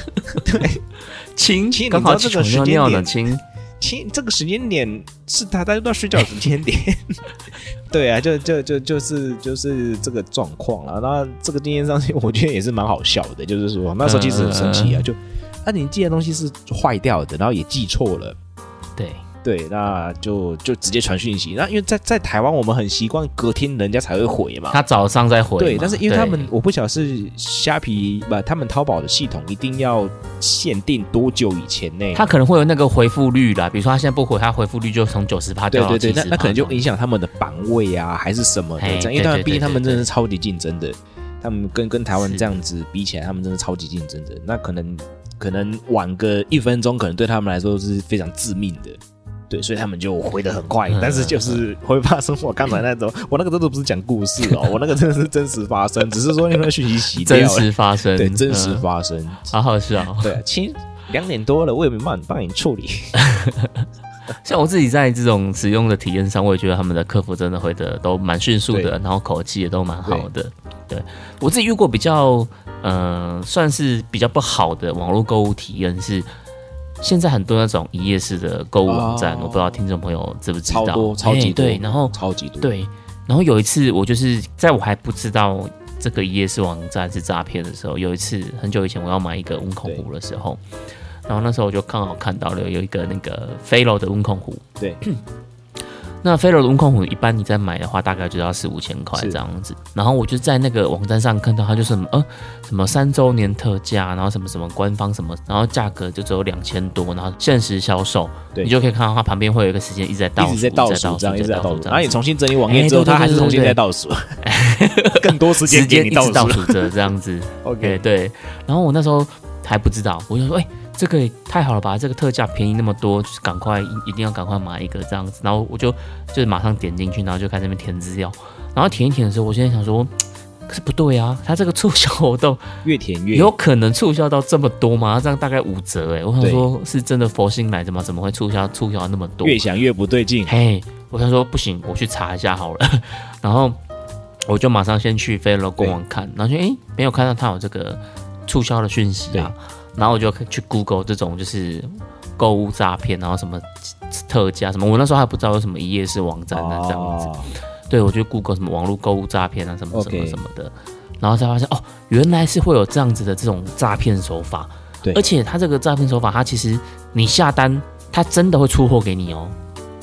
[SPEAKER 2] 亲
[SPEAKER 1] 亲，
[SPEAKER 2] 刚好
[SPEAKER 1] 你
[SPEAKER 2] 起
[SPEAKER 1] 知道
[SPEAKER 2] 床
[SPEAKER 1] 这个时
[SPEAKER 2] 尿
[SPEAKER 1] 间
[SPEAKER 2] 尿了。
[SPEAKER 1] 点
[SPEAKER 2] 亲，
[SPEAKER 1] 其这个时间点是他大家都要睡觉的时间点， 对啊，就就就就是就是这个状况了。那这个经验上去，我觉得也是蛮好笑的，就是说那时候其实很生气啊，就那、你寄的东西是坏掉的，然后也寄错了。
[SPEAKER 2] 对，
[SPEAKER 1] 对，那就就直接传讯息。那因为在在台湾，我们很习惯隔天人家才会回嘛。
[SPEAKER 2] 他早上再回嘛。
[SPEAKER 1] 对，但是因为他们
[SPEAKER 2] 对
[SPEAKER 1] 我不晓得是虾皮不，他们淘宝的系统一定要限定多久以前内，
[SPEAKER 2] 他可能会有那个回复率啦，比如说他现在不回，他回复率就从九十趴
[SPEAKER 1] 对
[SPEAKER 2] 掉到
[SPEAKER 1] 对对，
[SPEAKER 2] 七
[SPEAKER 1] 那
[SPEAKER 2] 十
[SPEAKER 1] 那可能就影响他们的版位啊，还是什么的
[SPEAKER 2] 啊嘿
[SPEAKER 1] 这样，因为他
[SPEAKER 2] 对
[SPEAKER 1] 们
[SPEAKER 2] 对对
[SPEAKER 1] 毕竟他们
[SPEAKER 2] 对对
[SPEAKER 1] 真的是超级竞争的，他们跟跟台湾
[SPEAKER 2] 是
[SPEAKER 1] 这样子比起来，他们真的超级竞争的。那可能可能晚个一分钟，可能对他们来说是非常致命的。对，所以他们就回得很快，
[SPEAKER 2] 嗯
[SPEAKER 1] 但是就是会发生我刚才那种，我那个真的不是讲故事哦，我那个真的是真实发生，只是说因为 讯息洗掉
[SPEAKER 2] 真
[SPEAKER 1] 了，
[SPEAKER 2] 实发生，
[SPEAKER 1] 对，真实
[SPEAKER 2] 嗯，
[SPEAKER 1] 发生，
[SPEAKER 2] 好好笑哦。
[SPEAKER 1] 对，啊其实两点多了，我也没办法帮你处理。
[SPEAKER 2] 像我自己在这种使用的体验上，我也觉得他们的客服真的回的都蛮迅速的，
[SPEAKER 1] 对
[SPEAKER 2] 然后口气也都蛮好的。对我自己遇过比较，呃，算是比较不好的网络购物体验是，现在很多那种一页式的购物网站，
[SPEAKER 1] 哦
[SPEAKER 2] 我不知道听众朋友知不知道？
[SPEAKER 1] 超多，超级
[SPEAKER 2] 哎
[SPEAKER 1] 多，
[SPEAKER 2] 对，然后
[SPEAKER 1] 超级多，
[SPEAKER 2] 对，然后有一次我就是在我还不知道这个一页式网站是诈骗的时候，有一次很久以前我要买一个温口壶的时候，然后那时候我就刚好看到了有一个那个飞楼的温控壶，
[SPEAKER 1] 对，
[SPEAKER 2] 那飞楼的温控壶一般你在买的话，大概就要四五千块
[SPEAKER 1] 是
[SPEAKER 2] 这样子。然后我就在那个网站上看到，它就是什么呃什么三周年特价，然后什么什么官方什么，然后价格就只有两千多，然后限时销售，
[SPEAKER 1] 对
[SPEAKER 2] 你就可以看到它旁边会有一个时间一直在倒数，
[SPEAKER 1] 一直在倒数这样，一直在倒数。然后你
[SPEAKER 2] 子
[SPEAKER 1] 重新整理网页之后，
[SPEAKER 2] 哎对对
[SPEAKER 1] 它还是
[SPEAKER 2] 对对
[SPEAKER 1] 重新
[SPEAKER 2] 对
[SPEAKER 1] 在倒 数，更多时间
[SPEAKER 2] 时
[SPEAKER 1] 给
[SPEAKER 2] 间一
[SPEAKER 1] 你
[SPEAKER 2] 直
[SPEAKER 1] 倒
[SPEAKER 2] 倒
[SPEAKER 1] 数。
[SPEAKER 2] 数着这样子。 对
[SPEAKER 1] OK，
[SPEAKER 2] 对，然后我那时候还不知道，我就说，哎、这个也太好了吧，这个特价便宜那么多，就是赶快一一定要赶快买一个这样子。然后我就就是马上点进去，然后就开始那边填资料，然后填一填的时候，我现在想说。可是不对啊，它这个促销活动
[SPEAKER 1] 越填越
[SPEAKER 2] 有可能促销到这么多吗？这样大概五折哎、我想说是真的佛心来着吗？怎么会促销促销那么多？
[SPEAKER 1] 越想越不对劲。
[SPEAKER 2] 嘿，我想说不行，我去查一下好了。 然后我就马上先去飞乐官网看，然后就诶没有看到他有这个促销的讯息啊。然后我就去 Google 这种就是购物诈骗，然后什么特价什么，我那时候还不知道有什么一页式网站啊呢、这样子。
[SPEAKER 1] 哦
[SPEAKER 2] 对，我就 Google 什么网络购物诈骗啊，什么什么
[SPEAKER 1] OK
[SPEAKER 2] 什么的然后才发现哦，原来是会有这样子的这种诈骗手法。
[SPEAKER 1] 对
[SPEAKER 2] 而且他这个诈骗手法，他其实你下单，他真的会出货给你哦。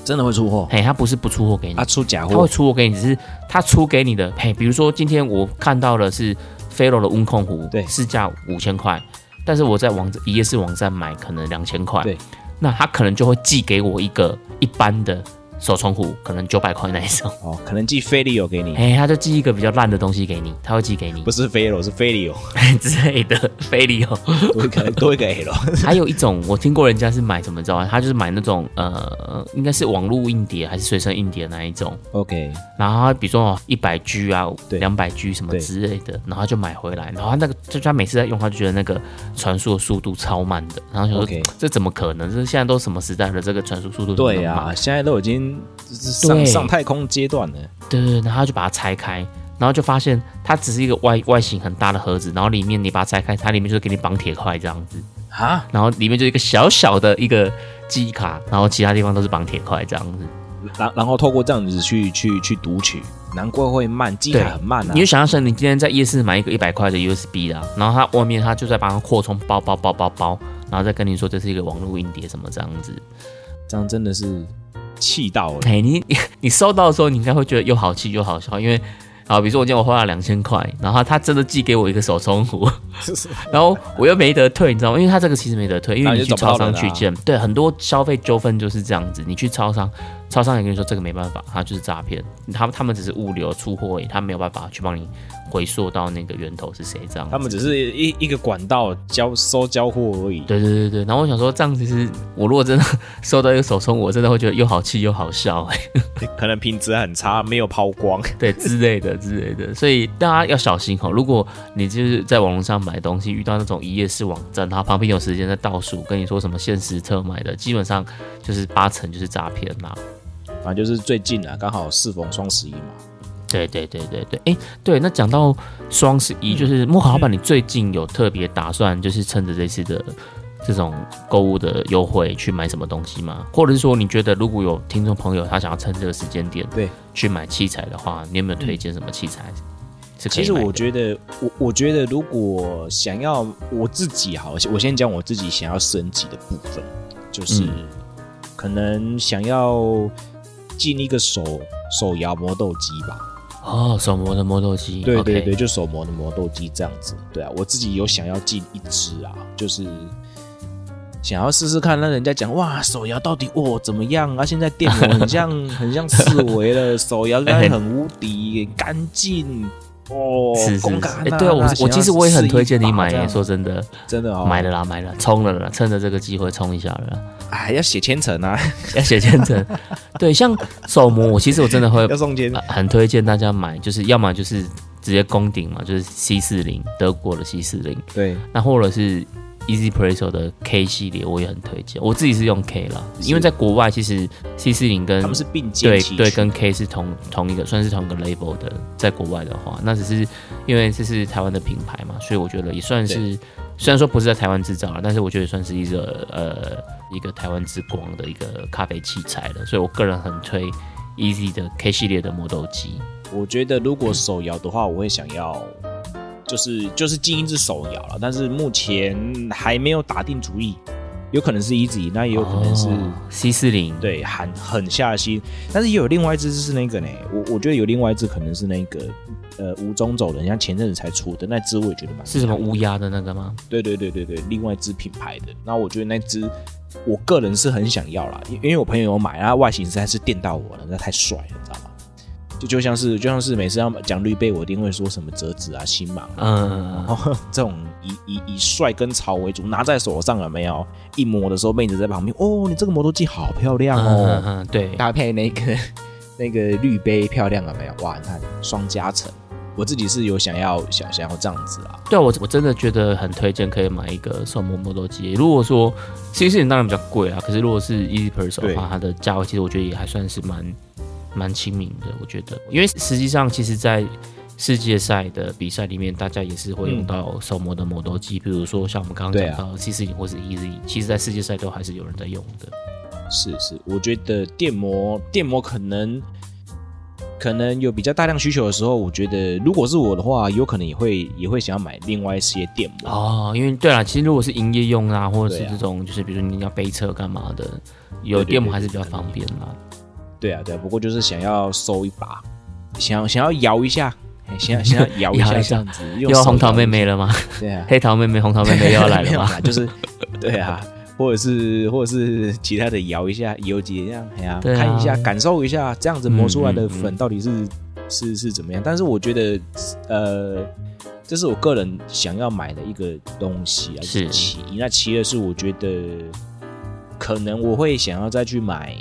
[SPEAKER 1] 真的会出货，
[SPEAKER 2] 嘿，他不是不出货给你，
[SPEAKER 1] 啊，出假
[SPEAKER 2] 他会
[SPEAKER 1] 货，
[SPEAKER 2] 出货给你，只是他出给你的，嘿，比如说今天我看到了是飞楼的温控壶，
[SPEAKER 1] 对
[SPEAKER 2] 市价五千块，但是我在网一页式网站买可能两千块，
[SPEAKER 1] 对，
[SPEAKER 2] 那他可能就会寄给我一个一般的手冲壶，可能九百块那一 种，
[SPEAKER 1] 哦，可能寄飞利友给你，
[SPEAKER 2] 哎，他就寄一个比较烂的东西给你，他会寄给你
[SPEAKER 1] 不是飞友，是飞 利友，
[SPEAKER 2] 之类的飞利哦。
[SPEAKER 1] 多一个多一个 L，
[SPEAKER 2] 还有一种我听过人家是买怎么着啊，他就是买那种呃，应该是网络硬碟还是随身硬碟那一种。
[SPEAKER 1] OK，
[SPEAKER 2] 然后他比如说一百 G 啊，
[SPEAKER 1] 对
[SPEAKER 2] 两百 G 什么
[SPEAKER 1] 对
[SPEAKER 2] 之类的，然后他就买回来，然后他那个就他每次在用，他就觉得那个传输的速度超慢的，然后想说
[SPEAKER 1] OK
[SPEAKER 2] 这怎么可能？这现在都什么时代了，这个传输速度
[SPEAKER 1] 对
[SPEAKER 2] 呀、
[SPEAKER 1] 啊，现在都已经就是上
[SPEAKER 2] 对
[SPEAKER 1] 上太空阶段了，
[SPEAKER 2] 对对对，然后他就把它拆开，然后就发现它只是一个外外形很大的盒子，然后里面你把它拆开，它里面就是给你绑铁块这样子，
[SPEAKER 1] 啊，
[SPEAKER 2] 然后里面就一个小小的一个记忆卡，然后其他地方都是绑铁块这样子。
[SPEAKER 1] 然然后透过这样子去去去读取，难怪会慢，机
[SPEAKER 2] 对
[SPEAKER 1] 卡很慢啊
[SPEAKER 2] 你，就想象成你今天在夜市买一个一百块的 USB 啦，然后它外面它就在帮它扩充包包包包包，然后再跟你说这是一个网络硬碟什么这样子。
[SPEAKER 1] 这样真的是气到 了，
[SPEAKER 2] 嘿，你你收到的时候，你应该会觉得又好气又好笑，因为啊，比如说我今天我花了两千块，然后他真的寄给我一个手冲壶， 然后我又没得退，你知道吗？因为他这个其实没得退，因
[SPEAKER 1] 那
[SPEAKER 2] 为
[SPEAKER 1] 你
[SPEAKER 2] 你
[SPEAKER 1] 就
[SPEAKER 2] 去
[SPEAKER 1] 找不
[SPEAKER 2] 超
[SPEAKER 1] 到
[SPEAKER 2] 商
[SPEAKER 1] 人
[SPEAKER 2] 去
[SPEAKER 1] 啊
[SPEAKER 2] 见，对很多消费纠纷就是这样子。你去超商，超商也跟你说这个没办法，他就是诈骗，他他们只是物流出货而已，他没有办法去帮你回溯到那个源头是谁这样子。
[SPEAKER 1] 他们只是一一个管道交收交货而已，
[SPEAKER 2] 对对对对，然后我想说，这样其实我如果真的 收到一个手冲，我真的会觉得又好气又好笑、哎，
[SPEAKER 1] 可能品质很差，没有抛光，
[SPEAKER 2] 对之类的之类的，所以大家要小心哦。如果你就是在网络上买东西，遇到那种一页式网站，它旁边有时间在倒数，跟你说什么限时特卖的，基本上就是八成就是诈骗啦。
[SPEAKER 1] 反正就是最近啊，刚好适逢双十一嘛，
[SPEAKER 2] 对对对对对，哎，对，那讲到双十
[SPEAKER 1] 嗯
[SPEAKER 2] 一，就是木华老板，你最近有特别打算，就是趁着这次的这种购物的优惠去买什么东西吗？或者是说，你觉得如果有听众朋友他想要趁这个时间点
[SPEAKER 1] 对嗯
[SPEAKER 2] 去买器材的话，你有没有推荐什么器材是可以
[SPEAKER 1] 其实
[SPEAKER 2] 买
[SPEAKER 1] 我
[SPEAKER 2] 的
[SPEAKER 1] 觉得，我我觉得如果想要我自己好，我先讲我自己想要升级的部分，就是、
[SPEAKER 2] 嗯
[SPEAKER 1] 可能想要进一个手手摇磨豆机吧。
[SPEAKER 2] 哦，手磨的磨豆机，
[SPEAKER 1] 对对
[SPEAKER 2] OK
[SPEAKER 1] 对，就手磨的磨豆机这样子。对啊，我自己有想要进一只啊，就是。想要试试看，让人家讲哇，手摇到底哦怎么样啊？现在电磨很像 很像四维了，手
[SPEAKER 2] 哎
[SPEAKER 1] 摇应该很无敌，干净哦，
[SPEAKER 2] 是是
[SPEAKER 1] 公
[SPEAKER 2] 是，
[SPEAKER 1] 干啊
[SPEAKER 2] 哎、对啊，我
[SPEAKER 1] 想
[SPEAKER 2] 我
[SPEAKER 1] 要
[SPEAKER 2] 其实我也很推荐
[SPEAKER 1] 试
[SPEAKER 2] 你
[SPEAKER 1] 一把
[SPEAKER 2] 买
[SPEAKER 1] 这
[SPEAKER 2] 耶，
[SPEAKER 1] 样
[SPEAKER 2] 说真的，
[SPEAKER 1] 真的哦，
[SPEAKER 2] 买了啦，买了，冲了啦，趁着这个机会冲一下了啦。
[SPEAKER 1] 哎，要写千层啊，
[SPEAKER 2] 要写签证。 对，像手模，我其实我真的 会
[SPEAKER 1] 要送签
[SPEAKER 2] 呃。很推荐大家买，就是要么就是直接攻顶嘛，就是 C 四零德国的 C 四零，
[SPEAKER 1] 对，
[SPEAKER 2] 那或者是 Easy Presso 的 K 系列，我也很推荐。我自己是用 K 啦，因为在国外其实 C 四零跟
[SPEAKER 1] 他们是并肩
[SPEAKER 2] 对
[SPEAKER 1] 齐驱
[SPEAKER 2] 对，跟 K 是同同一个，算是同一个 label 的，在国外的话，那只是因为这是台湾的品牌嘛，所以我觉得也算是，虽然说不是在台湾制造了，但是我觉得算是一个呃一个台湾之光的一个咖啡器材了，所以我个人很推 Easy 的 K 系列的磨豆机。
[SPEAKER 1] 我觉得如果手摇的话，我会想要就是就是进一只手摇了，但是目前还没有打定主意。有可能是 Easy，那也有可能是、
[SPEAKER 2] 哦 C 四零，
[SPEAKER 1] 对狠狠下心，但是也有另外一只是那个呢，我我觉得有另外一只可能是那个呃无中走人，像前阵子才出的那只，我也觉得蛮
[SPEAKER 2] 是什么乌鸦的那个吗？
[SPEAKER 1] 对对对对对，另外一支品牌的。那我觉得那只，我个人是很想要啦，因因为我朋友有买，然后外形实在是电到我了，那太帅了，你知道吗？就就像是就像是每次要讲绿贝，我一定会说什么折纸啊、星芒啊，
[SPEAKER 2] 嗯，
[SPEAKER 1] 然后这种以以以帅跟潮为主，拿在手上了没有？一摸的时候，妹子在旁边，哦，你这个磨豆机好漂亮
[SPEAKER 2] 嗯嗯
[SPEAKER 1] 哦，
[SPEAKER 2] 嗯，对，
[SPEAKER 1] 搭配那个那个绿杯漂亮了没有？哇，你看双加成，我自己是有想要想想要这样子啦。
[SPEAKER 2] 对啊，我我真的觉得很推荐可以买一个手磨磨豆机。如果说 C 四零当然比较贵啊，可是如果是 Easy Person 的
[SPEAKER 1] 对
[SPEAKER 2] 话，它的价位其实我觉得也还算是蛮蛮亲民的。我觉得，因为实际上其实，在世界赛的比赛里面，大家也是会用
[SPEAKER 1] 嗯
[SPEAKER 2] 到手磨的磨豆机，比如说像我们刚刚
[SPEAKER 1] 对
[SPEAKER 2] 讲
[SPEAKER 1] 啊
[SPEAKER 2] 到 C 四零或是 Easy，其实在世界赛都还是有人在用的。
[SPEAKER 1] 是是，我觉得电摩电摩可能可能有比较大量需求的时候，我觉得如果是我的话，有可能也会也会想要买另外一些电摩。
[SPEAKER 2] 哦，因为对啦，其实如果是营业用啊，或者是
[SPEAKER 1] 啊对啊
[SPEAKER 2] 这种就是比如说你要背车干嘛的，有
[SPEAKER 1] 对对
[SPEAKER 2] 电摩
[SPEAKER 1] 对
[SPEAKER 2] 还是比
[SPEAKER 1] 对
[SPEAKER 2] 较
[SPEAKER 1] 可
[SPEAKER 2] 方便啦。
[SPEAKER 1] 对啊对啊，不过就是想要收一把，想要想要摇一下，嘿想要想要摇一
[SPEAKER 2] 摇
[SPEAKER 1] 下
[SPEAKER 2] 一
[SPEAKER 1] 这
[SPEAKER 2] 下
[SPEAKER 1] 样子，
[SPEAKER 2] 又
[SPEAKER 1] 用
[SPEAKER 2] 要
[SPEAKER 1] 手
[SPEAKER 2] 红桃
[SPEAKER 1] 摇一
[SPEAKER 2] 妹
[SPEAKER 1] 下，
[SPEAKER 2] 妹了吗？
[SPEAKER 1] 对啊，
[SPEAKER 2] 黑桃妹妹、红桃妹妹又要 来
[SPEAKER 1] 没有
[SPEAKER 2] 了
[SPEAKER 1] 啦
[SPEAKER 2] 吗？
[SPEAKER 1] 就是对啊。或者是，或者是其他的摇一下，游几这样，哎呀、
[SPEAKER 2] 对啊
[SPEAKER 1] 看一下，感受一下，这样子磨出来的
[SPEAKER 2] 嗯嗯嗯
[SPEAKER 1] 粉到底是、是是怎么样？但是我觉得，呃，这是我个人想要买的一个东西啊，
[SPEAKER 2] 是
[SPEAKER 1] 其一。那其二是我觉得，可能我会想要再去买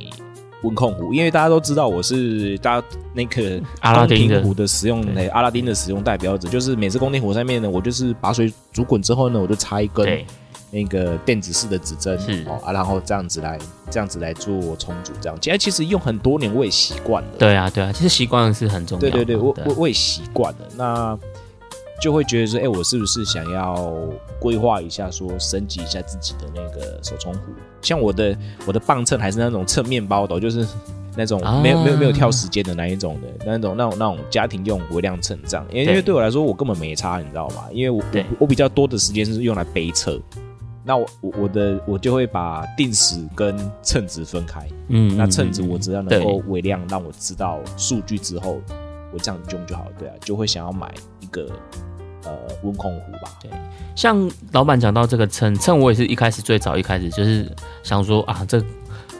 [SPEAKER 1] 温控壶，因为大家都知道我是大家那个
[SPEAKER 2] 阿拉丁
[SPEAKER 1] 宫
[SPEAKER 2] 的
[SPEAKER 1] 廷壶的使用，哎
[SPEAKER 2] 对
[SPEAKER 1] 阿拉丁的使用代表者，就是每次宫廷壶上面呢，我就是把水煮滚之后呢，我就插一根
[SPEAKER 2] 对，
[SPEAKER 1] 那个电子式的指针，
[SPEAKER 2] 是
[SPEAKER 1] 哦啊，然后这样子来这样子来做冲煮，这样，其实其实用很多年我也习惯了。
[SPEAKER 2] 对啊，对啊，其实习惯是很重要
[SPEAKER 1] 对
[SPEAKER 2] 嘛。
[SPEAKER 1] 对对，我
[SPEAKER 2] 啊
[SPEAKER 1] 我我也习惯了，那就会觉得说，哎、我是不是想要规划一下，说升级一下自己的那个手冲壶？像我的我的磅秤还是那种称面包的哦，就是那种
[SPEAKER 2] 啊
[SPEAKER 1] 没有、没有没有跳时间的那一种的，那种那种那种家庭用微量秤这样，因为
[SPEAKER 2] 对
[SPEAKER 1] 因为对我来说我根本没差，你知道吗？因为我
[SPEAKER 2] 对
[SPEAKER 1] 我我比较多的时间是用来背测。那我我我的我就会把定时跟称值分开，
[SPEAKER 2] 嗯，
[SPEAKER 1] 那
[SPEAKER 2] 嗯
[SPEAKER 1] 趁着
[SPEAKER 2] 嗯
[SPEAKER 1] 我只要能
[SPEAKER 2] 对
[SPEAKER 1] 够微量让我知道数据之后，我这样用就好了，对啊，就会想要买一个呃温控壶吧，对，
[SPEAKER 2] 像老板讲到这个秤，秤我也是一开始最早一开始就是想说啊，这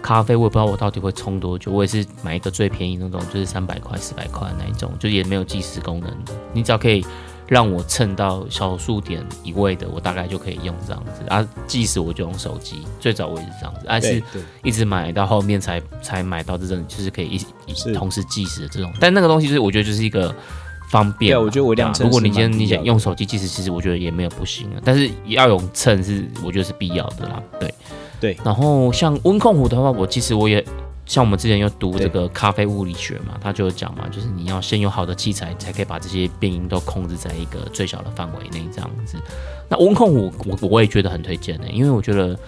[SPEAKER 2] 咖啡我也不知道我到底会冲多久，我也是买一个最便宜那种，就是三百块、四百块那一种，就也没有计时功能的，你只要可以让我称到小数点一位的，我大概就可以用这样子啊。计时我就用手机，最早我也是这样子，但、是
[SPEAKER 1] 对对
[SPEAKER 2] 一直买到后面才才买到这种，就是可以一一
[SPEAKER 1] 是
[SPEAKER 2] 同时计时的这种。但那个东西就是我觉得就是一个方便
[SPEAKER 1] 对
[SPEAKER 2] 啦。
[SPEAKER 1] 啊我觉得微量
[SPEAKER 2] 对啊
[SPEAKER 1] 秤
[SPEAKER 2] 如果你
[SPEAKER 1] 是
[SPEAKER 2] 今
[SPEAKER 1] 蛮
[SPEAKER 2] 天你
[SPEAKER 1] 必要
[SPEAKER 2] 想
[SPEAKER 1] 的
[SPEAKER 2] 用手机计时，其实我觉得也没有不行啊。但是要用秤是我觉得是必要的啦。对
[SPEAKER 1] 对
[SPEAKER 2] 然后像温控壶的话，我其实我也。像我们之前有读
[SPEAKER 1] 对
[SPEAKER 2] 这个咖啡物理学嘛，他就有讲嘛，就是你要先有好的器材，才可以把这些变音都控制在一个最小的范围内这样子。那温控壶我我我也觉得很推荐的、因为我觉得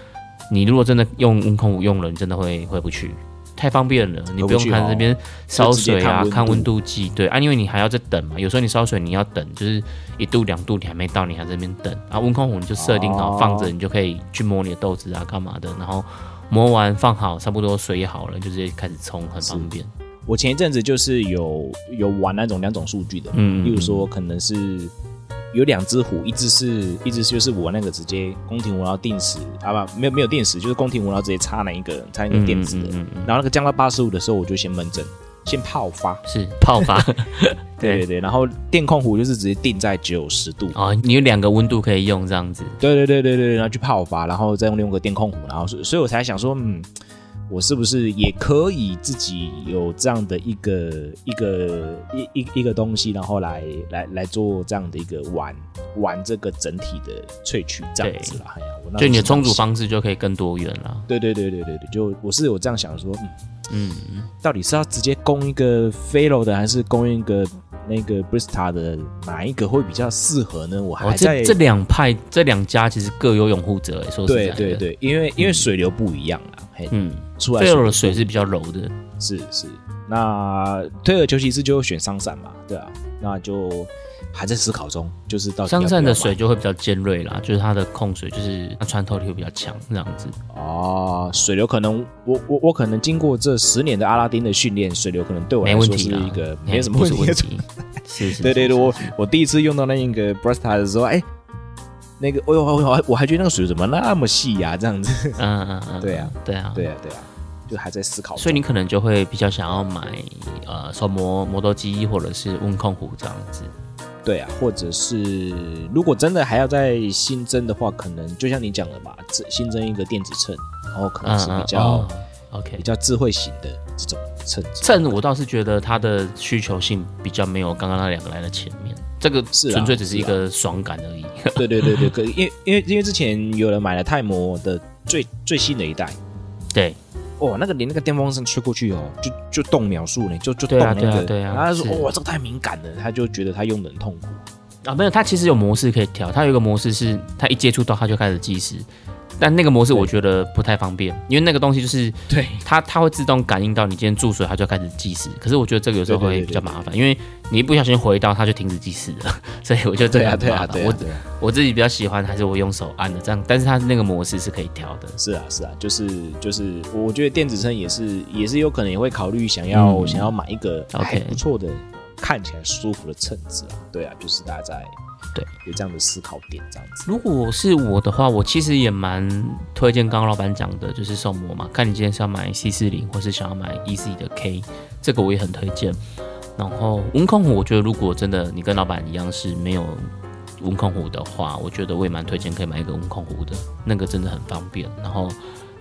[SPEAKER 2] 你如果真的用温控壶用了，你真的会回不去，太方便了，
[SPEAKER 1] 回
[SPEAKER 2] 你不
[SPEAKER 1] 不
[SPEAKER 2] 用
[SPEAKER 1] 去
[SPEAKER 2] 看
[SPEAKER 1] 哦
[SPEAKER 2] 这边烧水啊
[SPEAKER 1] 就直接看温，度
[SPEAKER 2] 看温度计，对啊，因为你还要再等嘛，有时候你烧水你要等，就是一度两度你还没到，你还在那边等啊。温控壶你就设定
[SPEAKER 1] 哦
[SPEAKER 2] 好、放着，你就可以去磨你的豆子啊，干嘛的，然后磨完放好，差不多水也好了，你就直接开始冲，很方便。
[SPEAKER 1] 我前一阵子就是有有玩那种两种数据的，
[SPEAKER 2] 嗯
[SPEAKER 1] 例如说可能是有两只壶，一只是一只就是我那个直接宫廷壶，然后定时啊不没有没有定时，就是宫廷壶，然后直接插那一个插那个电子的，
[SPEAKER 2] 嗯嗯嗯嗯
[SPEAKER 1] 然后那个降到八十五的时候，我就先闷蒸，先泡发，
[SPEAKER 2] 是泡 发
[SPEAKER 1] 对对对，然后电控壶就是直接定在九十度，
[SPEAKER 2] 哦，你有两个温度可以用这样子。
[SPEAKER 1] 对对对对对，然后去泡发，然后再用用个电控壶，然后所所以我才想说，嗯，我是不是也可以自己有这样的一个一个一一一个东西，然后来来来做这样的一个玩玩这个整体的萃取这样子啦。哎呀，我那时
[SPEAKER 2] 就
[SPEAKER 1] 候
[SPEAKER 2] 你
[SPEAKER 1] 是
[SPEAKER 2] 的
[SPEAKER 1] 这样
[SPEAKER 2] 冲煮
[SPEAKER 1] 想，
[SPEAKER 2] 方式就可以更多元了。
[SPEAKER 1] 对对对对对对，就我是有这样想说，嗯，
[SPEAKER 2] 嗯，
[SPEAKER 1] 到底是要直接供一个 Felo 的，还是供一个那个 Brista 的，哪一个会比较适合呢？我
[SPEAKER 2] 哦
[SPEAKER 1] 还，在、
[SPEAKER 2] 这这两派这两家其实各有拥护者，说实在
[SPEAKER 1] 对对，
[SPEAKER 2] 的，
[SPEAKER 1] 对，因为因为水流不一样啦，嘿，
[SPEAKER 2] 嗯，
[SPEAKER 1] 出来
[SPEAKER 2] 贝尔的水是比较柔的，
[SPEAKER 1] 是是，那退而求其次就选上散嘛，对啊，那就还在思考中，就是到底要
[SPEAKER 2] 香
[SPEAKER 1] 不
[SPEAKER 2] 扇
[SPEAKER 1] 要
[SPEAKER 2] 的
[SPEAKER 1] 买
[SPEAKER 2] 水就会比较尖锐啦，就是它的控水就是它穿透力会比较强，这样子。
[SPEAKER 1] 哦，水流可能我我我可能经过这十年的阿拉丁的训练，水流可能对我来
[SPEAKER 2] 没问
[SPEAKER 1] 说
[SPEAKER 2] 题
[SPEAKER 1] 是
[SPEAKER 2] 啦，
[SPEAKER 1] 一个
[SPEAKER 2] 嘿
[SPEAKER 1] 没有什么
[SPEAKER 2] 不
[SPEAKER 1] 问
[SPEAKER 2] 是
[SPEAKER 1] 题
[SPEAKER 2] 问
[SPEAKER 1] 的存
[SPEAKER 2] 题。 是是，
[SPEAKER 1] 对对
[SPEAKER 2] 是
[SPEAKER 1] 对，我
[SPEAKER 2] 是
[SPEAKER 1] 我第一次用到那个 Brasta 的时候，哎，那个，哎呦，我还我还觉得那个水怎么那么细呀、这样子。
[SPEAKER 2] 嗯嗯嗯，
[SPEAKER 1] 对啊，
[SPEAKER 2] 对啊，
[SPEAKER 1] 对啊，对啊，就还在思考中。
[SPEAKER 2] 所以你可能就会比较想要买呃手磨磨豆机或者是温控壶这样子。
[SPEAKER 1] 对啊，或者是如果真的还要再新增的话，可能就像你讲的吧，这新增一个电子秤，然后可能
[SPEAKER 2] 嗯
[SPEAKER 1] 是
[SPEAKER 2] 嗯
[SPEAKER 1] 比较、
[SPEAKER 2] 哦 OK
[SPEAKER 1] 比较智慧型的这种秤子。
[SPEAKER 2] 秤我倒是觉得它的需求性比较没有刚刚那两个来的前面，这个
[SPEAKER 1] 是啊
[SPEAKER 2] 纯粹只是一
[SPEAKER 1] 是啊
[SPEAKER 2] 个爽感而已。
[SPEAKER 1] 对对对对，可 因为因为因为之前有人买了泰摩的最最新的一代，
[SPEAKER 2] 对，
[SPEAKER 1] 哦，那个连那个电风扇吹过去哦，就就动秒数呢，就就动
[SPEAKER 2] 对啊
[SPEAKER 1] 那个，
[SPEAKER 2] 对啊对啊
[SPEAKER 1] 然后他说
[SPEAKER 2] 是
[SPEAKER 1] 哇、这个太敏感了，他就觉得他用的很痛苦。
[SPEAKER 2] 啊，没有，它其实有模式可以调，它有一个模式是它一接触到它就开始计时，但那个模式我觉得不太方便，因为那个东西就是
[SPEAKER 1] 对，
[SPEAKER 2] 它它会自动感应到你今天注水，它就开始计时。可是我觉得这个有时候
[SPEAKER 1] 对对
[SPEAKER 2] 会
[SPEAKER 1] 对
[SPEAKER 2] 比较麻烦，因为你一不小心回到它就停止计时了， 所以我觉得这
[SPEAKER 1] 对
[SPEAKER 2] 个
[SPEAKER 1] 啊，
[SPEAKER 2] 很
[SPEAKER 1] 对
[SPEAKER 2] 麻
[SPEAKER 1] 啊，
[SPEAKER 2] 烦。
[SPEAKER 1] 对啊
[SPEAKER 2] 我，
[SPEAKER 1] 对啊，
[SPEAKER 2] 我自己比较喜欢还是我用手按的这样，但是它那个模式是可以调的。
[SPEAKER 1] 是啊，是啊，就是就是，我我觉得电子秤也是也是有可能也会考虑想要、
[SPEAKER 2] 嗯
[SPEAKER 1] 想要买一个
[SPEAKER 2] OK
[SPEAKER 1] 还不错的、看起来舒服的秤子啊。对啊，就是大家在
[SPEAKER 2] 对
[SPEAKER 1] 有这样的思考点，这样子。
[SPEAKER 2] 如果是我的话，我其实也蛮推荐刚刚老板讲的，就是送膜嘛，看你今天是要买 C 四零，或是想要买 E C 的 K，这个我也很推荐。然后温控壶，我觉得如果真的你跟老板一样是没有温控壶的话，我觉得我也蛮推荐可以买一个温控壶的，那个真的很方便。然后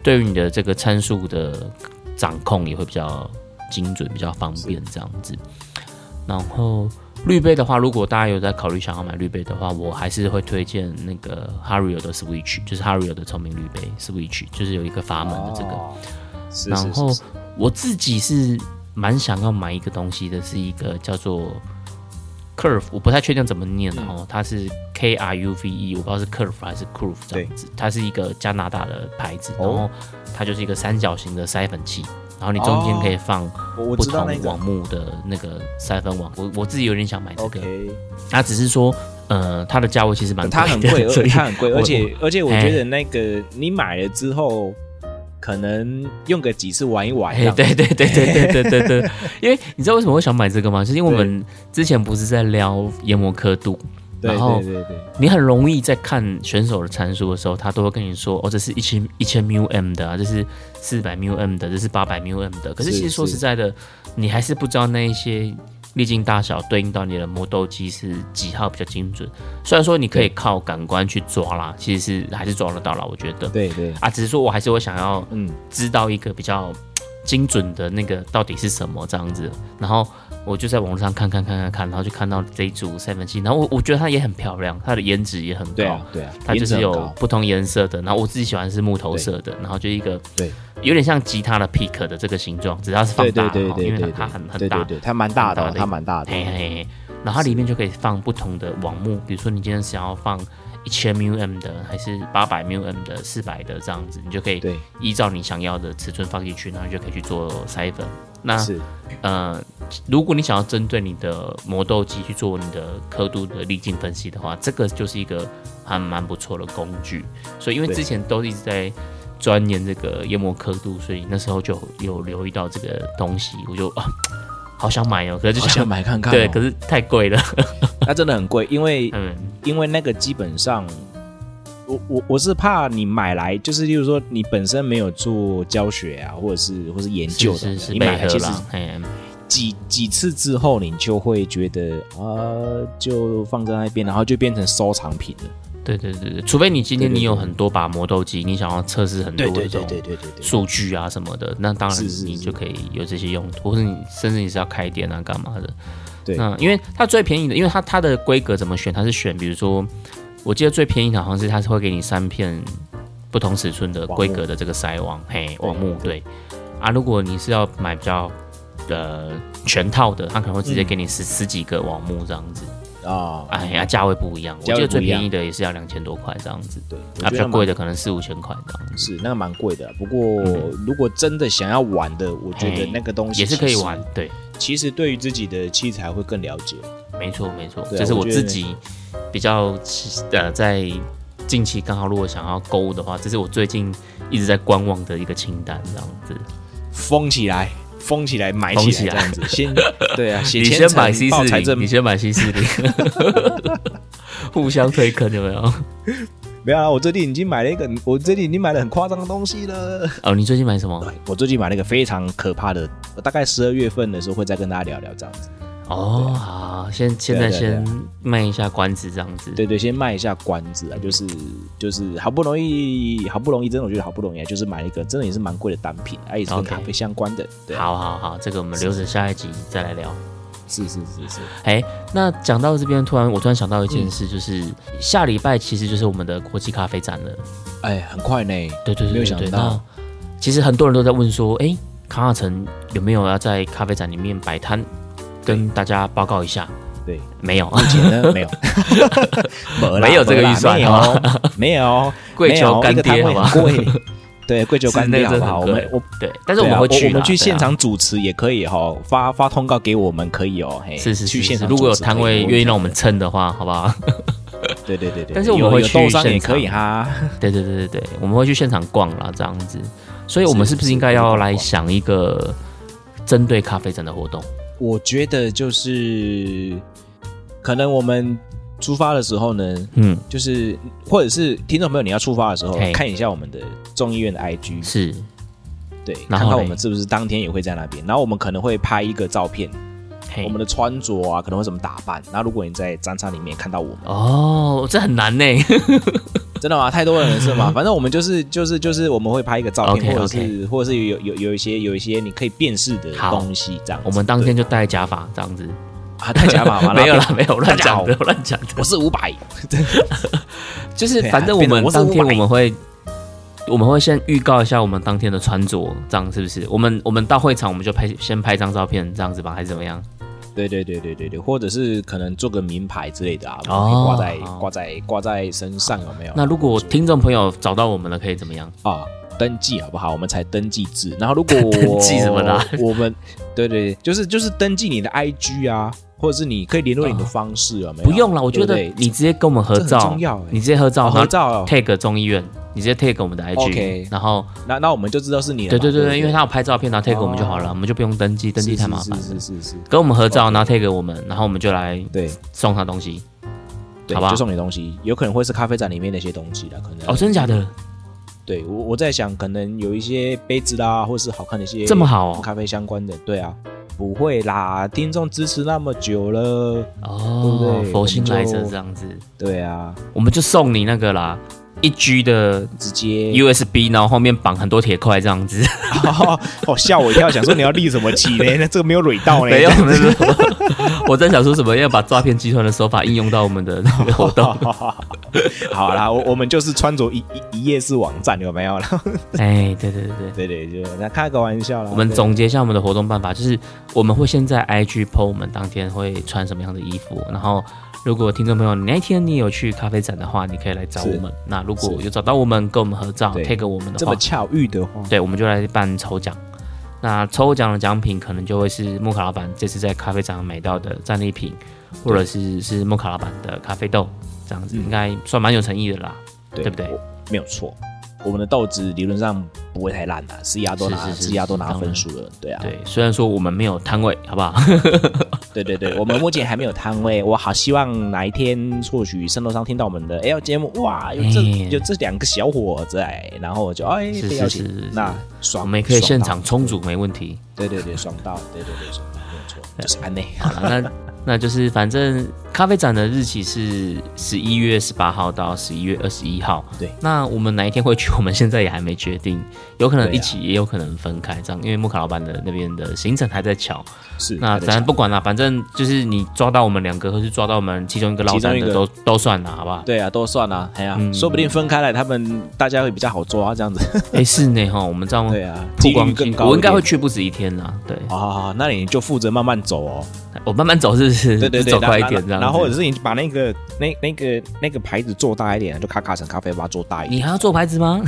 [SPEAKER 2] 对于你的这个参数的掌控也会比较精准，比较方便这样子。然后滤杯的话，如果大家有在考虑想要买滤杯的话，我还是会推荐那个 Hario 的 Switch，就是 Hario 的聪明滤杯 Switch，就是有一个阀门的这个。
[SPEAKER 1] 哦是
[SPEAKER 2] 然
[SPEAKER 1] 是
[SPEAKER 2] 后
[SPEAKER 1] 是是
[SPEAKER 2] 我自己是蛮想要买一个东西的，是一个叫做 Curve，我不太确定怎么念
[SPEAKER 1] 嗯
[SPEAKER 2] 哦，它是 K R U V E，我不知道是 Curve 还是 Curve 这样子。它是一个加拿大的牌子，然
[SPEAKER 1] 哦
[SPEAKER 2] 后它就是一个三角形的筛粉器，然后你中间可以放
[SPEAKER 1] 我哦我
[SPEAKER 2] 不
[SPEAKER 1] 知道
[SPEAKER 2] 同
[SPEAKER 1] 那个
[SPEAKER 2] 网目的那个筛粉网。我我自己有点想买这个，
[SPEAKER 1] OK，
[SPEAKER 2] 它只是说，呃，它的价位其实蛮贵的，
[SPEAKER 1] 它很贵，
[SPEAKER 2] 所
[SPEAKER 1] 而
[SPEAKER 2] 以
[SPEAKER 1] 它很贵，
[SPEAKER 2] 我
[SPEAKER 1] 而且而且我觉
[SPEAKER 2] 哎
[SPEAKER 1] 得那个你买了之后，可能用个几次玩一玩，这
[SPEAKER 2] 哎，
[SPEAKER 1] 样
[SPEAKER 2] 对对对对对对对 对，因为你知道为什么会想买这个吗？就是因为我们之前不是在聊研磨刻度，
[SPEAKER 1] 对
[SPEAKER 2] 然后
[SPEAKER 1] 对对对，
[SPEAKER 2] 你很容易在看选手的参数的时候，他都会跟你说，哦，这是一千一千 μ m 的、啊，这是四百 μ m 的，这是八百 μ m 的。可是
[SPEAKER 1] 是
[SPEAKER 2] 其实说
[SPEAKER 1] 是
[SPEAKER 2] 实在的，你还是不知道那一些粒径大小对应到你的磨豆机是几号比较精准。虽然说你可以靠感官去抓啦，其实是还是抓得到啦，我觉得。
[SPEAKER 1] 对对，
[SPEAKER 2] 啊，只是说我还是会想要
[SPEAKER 1] 嗯，
[SPEAKER 2] 知道一个比较精准的那个到底是什么这样子。然后我就在网络上看看看看看，然后就看到这一组三分器，然后我我觉得它也很漂亮，它的颜值也很高，
[SPEAKER 1] 对啊对啊，
[SPEAKER 2] 它
[SPEAKER 1] 颜
[SPEAKER 2] 就
[SPEAKER 1] 值
[SPEAKER 2] 是
[SPEAKER 1] 很
[SPEAKER 2] 有
[SPEAKER 1] 高
[SPEAKER 2] 不同颜色的。然后我自己喜欢的是木头色的，然后就一个
[SPEAKER 1] 对
[SPEAKER 2] 有点像吉他的 pick 的这个形状，只要是放
[SPEAKER 1] 对
[SPEAKER 2] 大
[SPEAKER 1] 对对
[SPEAKER 2] 了哈，因
[SPEAKER 1] 对
[SPEAKER 2] 为它
[SPEAKER 1] 对，
[SPEAKER 2] 它很很
[SPEAKER 1] 对
[SPEAKER 2] 大
[SPEAKER 1] 对，对，它蛮大的
[SPEAKER 2] 很大
[SPEAKER 1] 哦，
[SPEAKER 2] 的
[SPEAKER 1] 它蛮大的，
[SPEAKER 2] 嘿嘿嘿，然后它里面就可以放不同的网目，比如说你今天想要放一千 mm 的，还是八百 mm 的、四百的这样子，你就可以
[SPEAKER 1] 对
[SPEAKER 2] 依照你想要的尺寸放进去，然后你就可以去做筛粉。那
[SPEAKER 1] 是
[SPEAKER 2] 呃，如果你想要针对你的磨豆机去做你的刻度的粒径分析的话，这个就是一个还蛮不错的工具。所以因为
[SPEAKER 1] 对
[SPEAKER 2] 之前都一直在钻研这个研磨刻度，所以那时候就有留意到这个东西，我就啊，好想买哦，可是就
[SPEAKER 1] 好想买看看哦，
[SPEAKER 2] 对，可是太贵了。
[SPEAKER 1] 它真的很贵，因为
[SPEAKER 2] 嗯，
[SPEAKER 1] 因为那个基本上，我我我是怕你买来，就是例如说你本身没有做教学啊，或者是或是研究
[SPEAKER 2] 是
[SPEAKER 1] 的，
[SPEAKER 2] 是是
[SPEAKER 1] 你
[SPEAKER 2] 北
[SPEAKER 1] 买来
[SPEAKER 2] 河
[SPEAKER 1] 其实
[SPEAKER 2] 啦，哎，
[SPEAKER 1] 几几次之后，你就会觉得啊、就放在那边，然后就变成收藏品了。
[SPEAKER 2] 对对对对，除非你今天
[SPEAKER 1] 对对
[SPEAKER 2] 你有
[SPEAKER 1] 对
[SPEAKER 2] 很多把磨豆机，你想要测试很多这种
[SPEAKER 1] 对对对
[SPEAKER 2] 数据啊什么的，那当然
[SPEAKER 1] 是是
[SPEAKER 2] 你
[SPEAKER 1] 是
[SPEAKER 2] 就可以有这些用途，或者你甚至你是要开店啊干嘛的。
[SPEAKER 1] 对
[SPEAKER 2] 那因为它最便宜的，因为它它的规格怎么选，它是选比如说，我记得最便宜的好像是它是会给你三片不同尺寸的
[SPEAKER 1] 网
[SPEAKER 2] 规
[SPEAKER 1] 目
[SPEAKER 2] 格的这个筛网，嘿，网目对。啊，如果你是要买比较呃全套的，它可能会直接给你十、十几个网目这样子，
[SPEAKER 1] 啊，
[SPEAKER 2] 哎呀，价位不一样，我记
[SPEAKER 1] 价
[SPEAKER 2] 得
[SPEAKER 1] 位
[SPEAKER 2] 最
[SPEAKER 1] 不一样
[SPEAKER 2] 便宜的也是要两千多块这样子，
[SPEAKER 1] 对，我
[SPEAKER 2] 啊，
[SPEAKER 1] 觉
[SPEAKER 2] 比较
[SPEAKER 1] 得
[SPEAKER 2] 贵
[SPEAKER 1] 的
[SPEAKER 2] 的可能四五千块这样子，
[SPEAKER 1] 是那个蛮贵的。不过、如果真的想要玩的，我觉得
[SPEAKER 2] 嘿
[SPEAKER 1] 那个东西
[SPEAKER 2] 嗯哎也是可以
[SPEAKER 1] 其实
[SPEAKER 2] 玩。，对。
[SPEAKER 1] 其实对于自己的器材会更了解。
[SPEAKER 2] 没错没错，
[SPEAKER 1] 对啊
[SPEAKER 2] 这是
[SPEAKER 1] 我
[SPEAKER 2] 我
[SPEAKER 1] 觉得
[SPEAKER 2] 自己比较呃在近期刚好如果想要购物的话，这是我最近一直在观望的一个清单，这样子。
[SPEAKER 1] 封起来，封起来，买
[SPEAKER 2] 封
[SPEAKER 1] 起
[SPEAKER 2] 起
[SPEAKER 1] 来，
[SPEAKER 2] 来
[SPEAKER 1] 这样子。 先对啊，写
[SPEAKER 2] 你
[SPEAKER 1] 千
[SPEAKER 2] 先买
[SPEAKER 1] 层
[SPEAKER 2] C
[SPEAKER 1] 报
[SPEAKER 2] 四
[SPEAKER 1] 财
[SPEAKER 2] 零，
[SPEAKER 1] 政
[SPEAKER 2] 你先买 C 四零，互相推坑有没有？
[SPEAKER 1] 没有啊，我最近已经买了一个，我最近已经买了很夸张的东西了。
[SPEAKER 2] 哦，你最近买什么？
[SPEAKER 1] 我最近买了一个非常可怕的，我大概十二月份的时候会再跟大家聊聊这样子。
[SPEAKER 2] 哦，好，先现在
[SPEAKER 1] 啊对啊对啊
[SPEAKER 2] 先卖一下关子，这样子。
[SPEAKER 1] 对对，先卖一下关子啊，就是就是好不容易，好不容易，真的我觉得好不容易啊，就是买了一个真的也是蛮贵的单品，啊，也是跟
[SPEAKER 2] OK
[SPEAKER 1] 咖啡相关的。对，，
[SPEAKER 2] 好好好，这个我们留着下一集再来聊。
[SPEAKER 1] 是是是是，
[SPEAKER 2] 哎，那讲到这边，突然我突然想到一
[SPEAKER 1] 嗯
[SPEAKER 2] 件事，就是、下礼拜其实就是我们的国际咖啡展了。
[SPEAKER 1] 哎，很快呢，
[SPEAKER 2] 对对
[SPEAKER 1] 没有
[SPEAKER 2] 对对
[SPEAKER 1] 想
[SPEAKER 2] 对。
[SPEAKER 1] 到
[SPEAKER 2] 那其实很多人都在问说，哎，卡卡城有没有要在咖啡展里面摆摊，跟大家报告一下？
[SPEAKER 1] 对，
[SPEAKER 2] 没有，
[SPEAKER 1] 钱呢 没有，没啦
[SPEAKER 2] 没有这个预算
[SPEAKER 1] 没有
[SPEAKER 2] 好
[SPEAKER 1] 没 有，
[SPEAKER 2] 跪求干爹
[SPEAKER 1] 没有一
[SPEAKER 2] 好不
[SPEAKER 1] 个
[SPEAKER 2] 好
[SPEAKER 1] 摊位很 贵，对，跪求干爹好不好？我
[SPEAKER 2] 室内真的
[SPEAKER 1] 们
[SPEAKER 2] 很
[SPEAKER 1] 我
[SPEAKER 2] 对，但是我们会
[SPEAKER 1] 对啊
[SPEAKER 2] 去啦、
[SPEAKER 1] 我们去
[SPEAKER 2] 对啊
[SPEAKER 1] 现。场主持也可以哈，发发通告给我们可以哦，嘿，
[SPEAKER 2] 是是
[SPEAKER 1] 去
[SPEAKER 2] 是
[SPEAKER 1] 现
[SPEAKER 2] 是，
[SPEAKER 1] 场
[SPEAKER 2] 如果有
[SPEAKER 1] 主持可以
[SPEAKER 2] 摊位愿意让我们
[SPEAKER 1] 的
[SPEAKER 2] 蹭的话，好不好？
[SPEAKER 1] 对对对对，
[SPEAKER 2] 但是我们
[SPEAKER 1] 有
[SPEAKER 2] 会
[SPEAKER 1] 有
[SPEAKER 2] 去
[SPEAKER 1] 豆商
[SPEAKER 2] 现
[SPEAKER 1] 也可以
[SPEAKER 2] 场
[SPEAKER 1] 哈，
[SPEAKER 2] 对对对对对，我们会去现场逛啦，这样子。所以我们
[SPEAKER 1] 是
[SPEAKER 2] 是不是应该要来想一个针对咖啡展的活动？
[SPEAKER 1] 我觉得就是可能我们出发的时候呢，
[SPEAKER 2] 嗯，
[SPEAKER 1] 就是或者是听众朋友你要出发的时候
[SPEAKER 2] 嘿，
[SPEAKER 1] 看一下我们的众议院的 IG，
[SPEAKER 2] 是
[SPEAKER 1] 对，看
[SPEAKER 2] 然后
[SPEAKER 1] 看我
[SPEAKER 2] 嘞
[SPEAKER 1] 们是不是当天也会在那边，然后我们可能会拍一个照片，
[SPEAKER 2] 嘿
[SPEAKER 1] 我们的穿着啊，可能会怎么打扮。那如果你在展场里面看到我们，
[SPEAKER 2] 哦，这很难呢。
[SPEAKER 1] 真的吗？太多人是 吗？反正我们就是就是就是我们会拍一个照片
[SPEAKER 2] OK，
[SPEAKER 1] 或者是或者是有有有一些有一些你可以辨识的
[SPEAKER 2] 好
[SPEAKER 1] 东西这样子。
[SPEAKER 2] 我们当天就戴假发这样子，
[SPEAKER 1] 对啊，太假马嘛，
[SPEAKER 2] 没有
[SPEAKER 1] 然
[SPEAKER 2] 啦
[SPEAKER 1] 后，
[SPEAKER 2] 没有乱讲
[SPEAKER 1] 大
[SPEAKER 2] 的，乱讲
[SPEAKER 1] 我
[SPEAKER 2] 的，
[SPEAKER 1] 是五 百，
[SPEAKER 2] 就是
[SPEAKER 1] 对啊
[SPEAKER 2] 反正我
[SPEAKER 1] 变
[SPEAKER 2] 们
[SPEAKER 1] 成我是
[SPEAKER 2] 当天
[SPEAKER 1] 500
[SPEAKER 2] 我们会。我们会先预告一下我们当天的穿着，这样是不是？我们我们到会场我们就拍先拍张照片，这样子吧，还是怎么样？
[SPEAKER 1] 对啊对对对对对，或者是可能做个名牌之类的啊，我们可以
[SPEAKER 2] 哦
[SPEAKER 1] 挂在
[SPEAKER 2] 好
[SPEAKER 1] 挂在挂在身上有没有？
[SPEAKER 2] 那如果听众朋友找到我们了，可以怎么样？
[SPEAKER 1] 啊，登记好不好？我们才登记 制。然后如果
[SPEAKER 2] 登记什么啦
[SPEAKER 1] 我们对对，对就是就是登记你的 IG 啊，或者是你可以联络你的方式 啊，没有？
[SPEAKER 2] 不用了，我觉得
[SPEAKER 1] 对不对
[SPEAKER 2] 你直接跟我们合
[SPEAKER 1] 这很
[SPEAKER 2] 照
[SPEAKER 1] 重要欸，
[SPEAKER 2] 你直接合照，
[SPEAKER 1] 哦
[SPEAKER 2] 然后
[SPEAKER 1] 合照哦
[SPEAKER 2] tag 中医院，你直接 tag 我们的
[SPEAKER 1] OK
[SPEAKER 2] IG，然后
[SPEAKER 1] 那那我们就知道是你了嘛。
[SPEAKER 2] 对对对
[SPEAKER 1] 对不
[SPEAKER 2] 对，因为他有拍照片，然后 tag
[SPEAKER 1] 哦
[SPEAKER 2] 我们就好了，我们就不用登记，登记太麻烦
[SPEAKER 1] 是
[SPEAKER 2] 了。
[SPEAKER 1] 是是是是，
[SPEAKER 2] 跟我们合照，然后 tag 我们，然后我们就来
[SPEAKER 1] 对
[SPEAKER 2] 送他东西。
[SPEAKER 1] 对，
[SPEAKER 2] 好吧
[SPEAKER 1] 就送你东西，有可能会是咖啡展里面的一些东西啦，可能
[SPEAKER 2] 哦，真的假的？
[SPEAKER 1] 对我我在想，可能有一些杯子啦，或是好看的一些
[SPEAKER 2] 这么好哦
[SPEAKER 1] 咖啡相关的，对啊，不会啦，听众支持那么久了，对不
[SPEAKER 2] 哦
[SPEAKER 1] 对，
[SPEAKER 2] 佛心来
[SPEAKER 1] 我
[SPEAKER 2] 着
[SPEAKER 1] 们就
[SPEAKER 2] 这样子，
[SPEAKER 1] 对啊，
[SPEAKER 2] 我们就送你那个啦，一 G 的
[SPEAKER 1] 直接
[SPEAKER 2] USB，然后后面绑很多铁块这样子。
[SPEAKER 1] 哦，吓我一跳，想说你要立什么旗呢？那这个没有蕊到呢，
[SPEAKER 2] 没有没有，没有 我在想说什么要把诈骗集团的手法应用到我们的那个活 动。
[SPEAKER 1] 好啦，我我们就是穿着一一一页式网站有没有？ 然后
[SPEAKER 2] 哎，对对对对。
[SPEAKER 1] 对对，就那开个玩笑啦。
[SPEAKER 2] 我们
[SPEAKER 1] 对
[SPEAKER 2] 总结一下我们的活动办法，就是我们会先在 IG PO 我们当天会穿什么样的衣服，然后如果听众朋友你那天你有去咖啡展的话，你可以来找我们。那如果有找到我们跟我们合照
[SPEAKER 1] 对
[SPEAKER 2] tag 我们的
[SPEAKER 1] 这
[SPEAKER 2] 话
[SPEAKER 1] 么，巧遇的话，
[SPEAKER 2] 对，我们就来办抽奖。那抽奖的奖品可能就会是木卡老板这次在咖啡展买到的战利品，或者是是木卡老板的咖啡豆，
[SPEAKER 1] 嗯
[SPEAKER 2] 这样子应该算蛮有诚意的啦。
[SPEAKER 1] 对
[SPEAKER 2] 对不对
[SPEAKER 1] 我没有错，我们的豆子理论上不会太烂的，施压都拿
[SPEAKER 2] 是是是
[SPEAKER 1] 施压都拿
[SPEAKER 2] 当然
[SPEAKER 1] 分数了，对啊，
[SPEAKER 2] 对，虽然说我们没有摊位，好不好？
[SPEAKER 1] 对对对，我们目前还没有摊位，我好希望哪一天或许圣斗商听到我们的 L 节目，哇，有这
[SPEAKER 2] 哎
[SPEAKER 1] 有这两个小伙子哎，然后我就哎
[SPEAKER 2] 是
[SPEAKER 1] 被
[SPEAKER 2] 是
[SPEAKER 1] 邀请
[SPEAKER 2] 是是，
[SPEAKER 1] 那爽，
[SPEAKER 2] 我们也可
[SPEAKER 1] 爽
[SPEAKER 2] 以
[SPEAKER 1] 到啊
[SPEAKER 2] 现场冲煮，没问题。
[SPEAKER 1] 对对对，爽到，对对对，爽到，没有 错，就是安内。
[SPEAKER 2] 好啦那那就是反正咖啡展的日期是十一月十八号到十一月二十一号。
[SPEAKER 1] 对
[SPEAKER 2] 那我们哪一天会去？我 们现在也还没决定，有可能
[SPEAKER 1] 对啊
[SPEAKER 2] 一起，也有可能分开，这样，因为木卡老板的那边的行程还在瞧。
[SPEAKER 1] 是，
[SPEAKER 2] 那
[SPEAKER 1] 还在
[SPEAKER 2] 咱
[SPEAKER 1] 想
[SPEAKER 2] 不管啦，反正就是你抓到我们两个，或是抓到我们其中一个落单
[SPEAKER 1] 其中一
[SPEAKER 2] 的，
[SPEAKER 1] 个
[SPEAKER 2] 都都算啦，好不好？
[SPEAKER 1] 对啊，都算啊，哎呀、
[SPEAKER 2] 嗯
[SPEAKER 1] 说不定分开来，他们大家会比较好抓，这样 子。
[SPEAKER 2] 哎，是呢哈，我们这样
[SPEAKER 1] 对啊，
[SPEAKER 2] 曝
[SPEAKER 1] 几率
[SPEAKER 2] 光
[SPEAKER 1] 更
[SPEAKER 2] 性，
[SPEAKER 1] 高。
[SPEAKER 2] 我应该会。去不止一天啦。对，
[SPEAKER 1] 哦好好好，那你就负责慢慢走 哦。
[SPEAKER 2] 我慢慢走，是不是？
[SPEAKER 1] 对对对，
[SPEAKER 2] 走快一
[SPEAKER 1] 然
[SPEAKER 2] 点这样子。
[SPEAKER 1] 然后或者是你把那个那那个那个牌子做大一点，就卡卡城咖啡吧做大一点。
[SPEAKER 2] 你还要做牌子吗？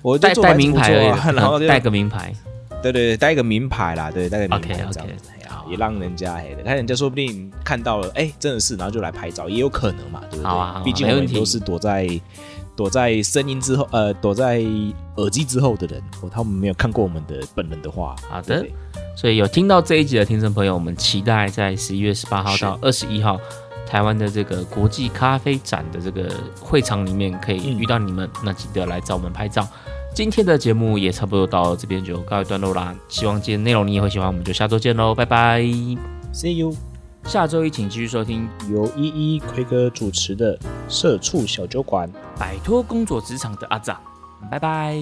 [SPEAKER 1] 我就
[SPEAKER 2] 带
[SPEAKER 1] 做
[SPEAKER 2] 带
[SPEAKER 1] 牌子
[SPEAKER 2] 名
[SPEAKER 1] 不
[SPEAKER 2] 牌
[SPEAKER 1] 做
[SPEAKER 2] 而已
[SPEAKER 1] 啊
[SPEAKER 2] 啦，
[SPEAKER 1] 然后就
[SPEAKER 2] 带个名牌。
[SPEAKER 1] 对对对，带一个名牌啦，对，带个名牌
[SPEAKER 2] OK，OK
[SPEAKER 1] 这样子。哎呀
[SPEAKER 2] 好
[SPEAKER 1] 也让人家黑的，看人家说不定看到了，哎、真的是，然后就来拍照，也有可能嘛，对不对？
[SPEAKER 2] 好啊好啊
[SPEAKER 1] 毕竟
[SPEAKER 2] 没
[SPEAKER 1] 我
[SPEAKER 2] 问
[SPEAKER 1] 们
[SPEAKER 2] 题
[SPEAKER 1] 都是躲在躲在声音之后，呃，躲在耳机之后的人，哦，他们没有看过我们的本人的话，
[SPEAKER 2] 好
[SPEAKER 1] 对
[SPEAKER 2] 的
[SPEAKER 1] 不对
[SPEAKER 2] 所以有听到这一集的听众朋友，我们期待在十一月十八号到二十一号，台湾的这个国际咖啡展的这个会场里面可以遇到你们，那记得来找我们拍照。今天的节目也差不多到这边就告一段落啦，希望今天内容你也会喜欢，我们就下周见喽，拜拜。
[SPEAKER 1] ，See you。
[SPEAKER 2] 下周一请继续收听
[SPEAKER 1] 由依依奎哥主持的《社畜小酒馆》。
[SPEAKER 2] 摆脱工作职场的阿长，拜拜。